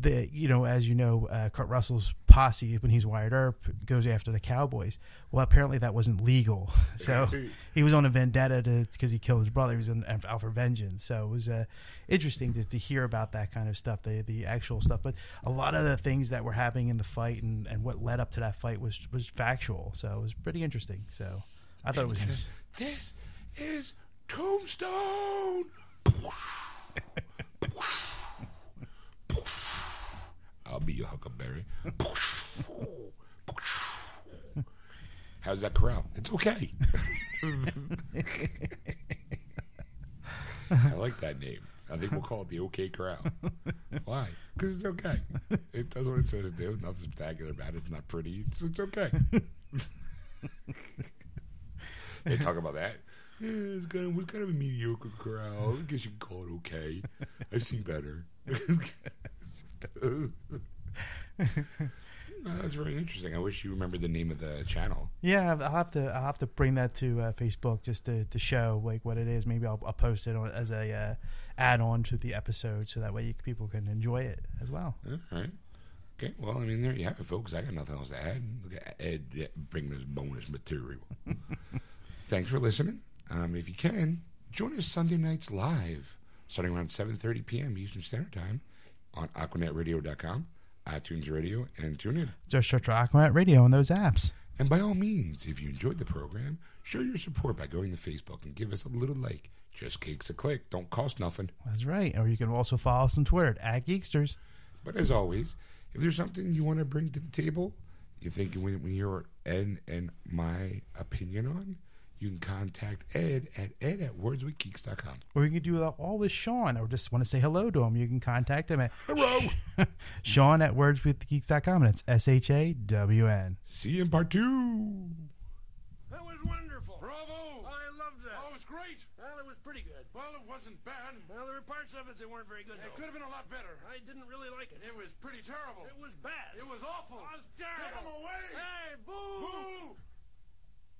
Speaker 2: the you know as you know uh, Kurt Russell's posse when he's wired up goes after the Cowboys. Well, apparently that wasn't legal, so he was on a vendetta because he killed his brother. He was in, out for vengeance. So it was uh, interesting to, to hear about that kind of stuff, the the actual stuff. But a lot of the things that were happening in the fight and, and what led up to that fight was was factual. So it was pretty interesting. So I thought it was interesting.
Speaker 1: This is Tombstone. I'll be your Huckleberry. How's that corral? It's okay. I like that name. I think we'll call it the OK Corral. Why? Because it's okay. It does what it's supposed to do. Nothing spectacular about it. It's not pretty. It's, it's okay. They talk about that. Yeah, it's kind of, it's kind of a mediocre corral. I guess you can call it okay. I've seen better. No, that's very interesting. I wish you remembered the name of the channel.
Speaker 2: Yeah, I'll have to I'll have to bring that to uh, Facebook just to, to show like what it is. Maybe I'll, I'll post it on, as a uh, add on to the episode so that way you, people can enjoy it as well.
Speaker 1: All right. Okay. Well, I mean, there you have it, folks. I got nothing else to add. Look at Ed yeah, bringing us bonus material. Thanks for listening. Um, if you can, join us Sunday nights live, starting around 7.30 p.m. Eastern Standard Time on AquanetRadio.com, iTunes Radio, and tune in.
Speaker 2: Just search for Aquanet Radio on those apps.
Speaker 1: And by all means, if you enjoyed the program, show your support by going to Facebook and give us a little like. Just kicks a click, don't cost nothing.
Speaker 2: That's right. Or you can also follow us on Twitter at, at Geeksters.
Speaker 1: But as always, if there's something you want to bring to the table, you think you want to hear Ed and my opinion on, you can contact Ed at ed at wordswithgeeks.com.
Speaker 2: Or you can do that all with Sean or just want to say hello to him. You can contact him at
Speaker 1: Hello!
Speaker 2: Sean at wordswithgeeks.com. And it's S H A W N.
Speaker 1: See you in part two.
Speaker 7: That was wonderful.
Speaker 4: Bravo!
Speaker 7: I loved that.
Speaker 4: Oh, it was great.
Speaker 7: Well, it was pretty good.
Speaker 4: Well, it wasn't bad.
Speaker 7: Well, there were parts of it that weren't very
Speaker 4: It
Speaker 7: good. Though.
Speaker 4: could have been a lot better.
Speaker 7: I didn't really like it.
Speaker 4: It was pretty terrible.
Speaker 7: It was bad.
Speaker 4: It was awful.
Speaker 7: I was terrible.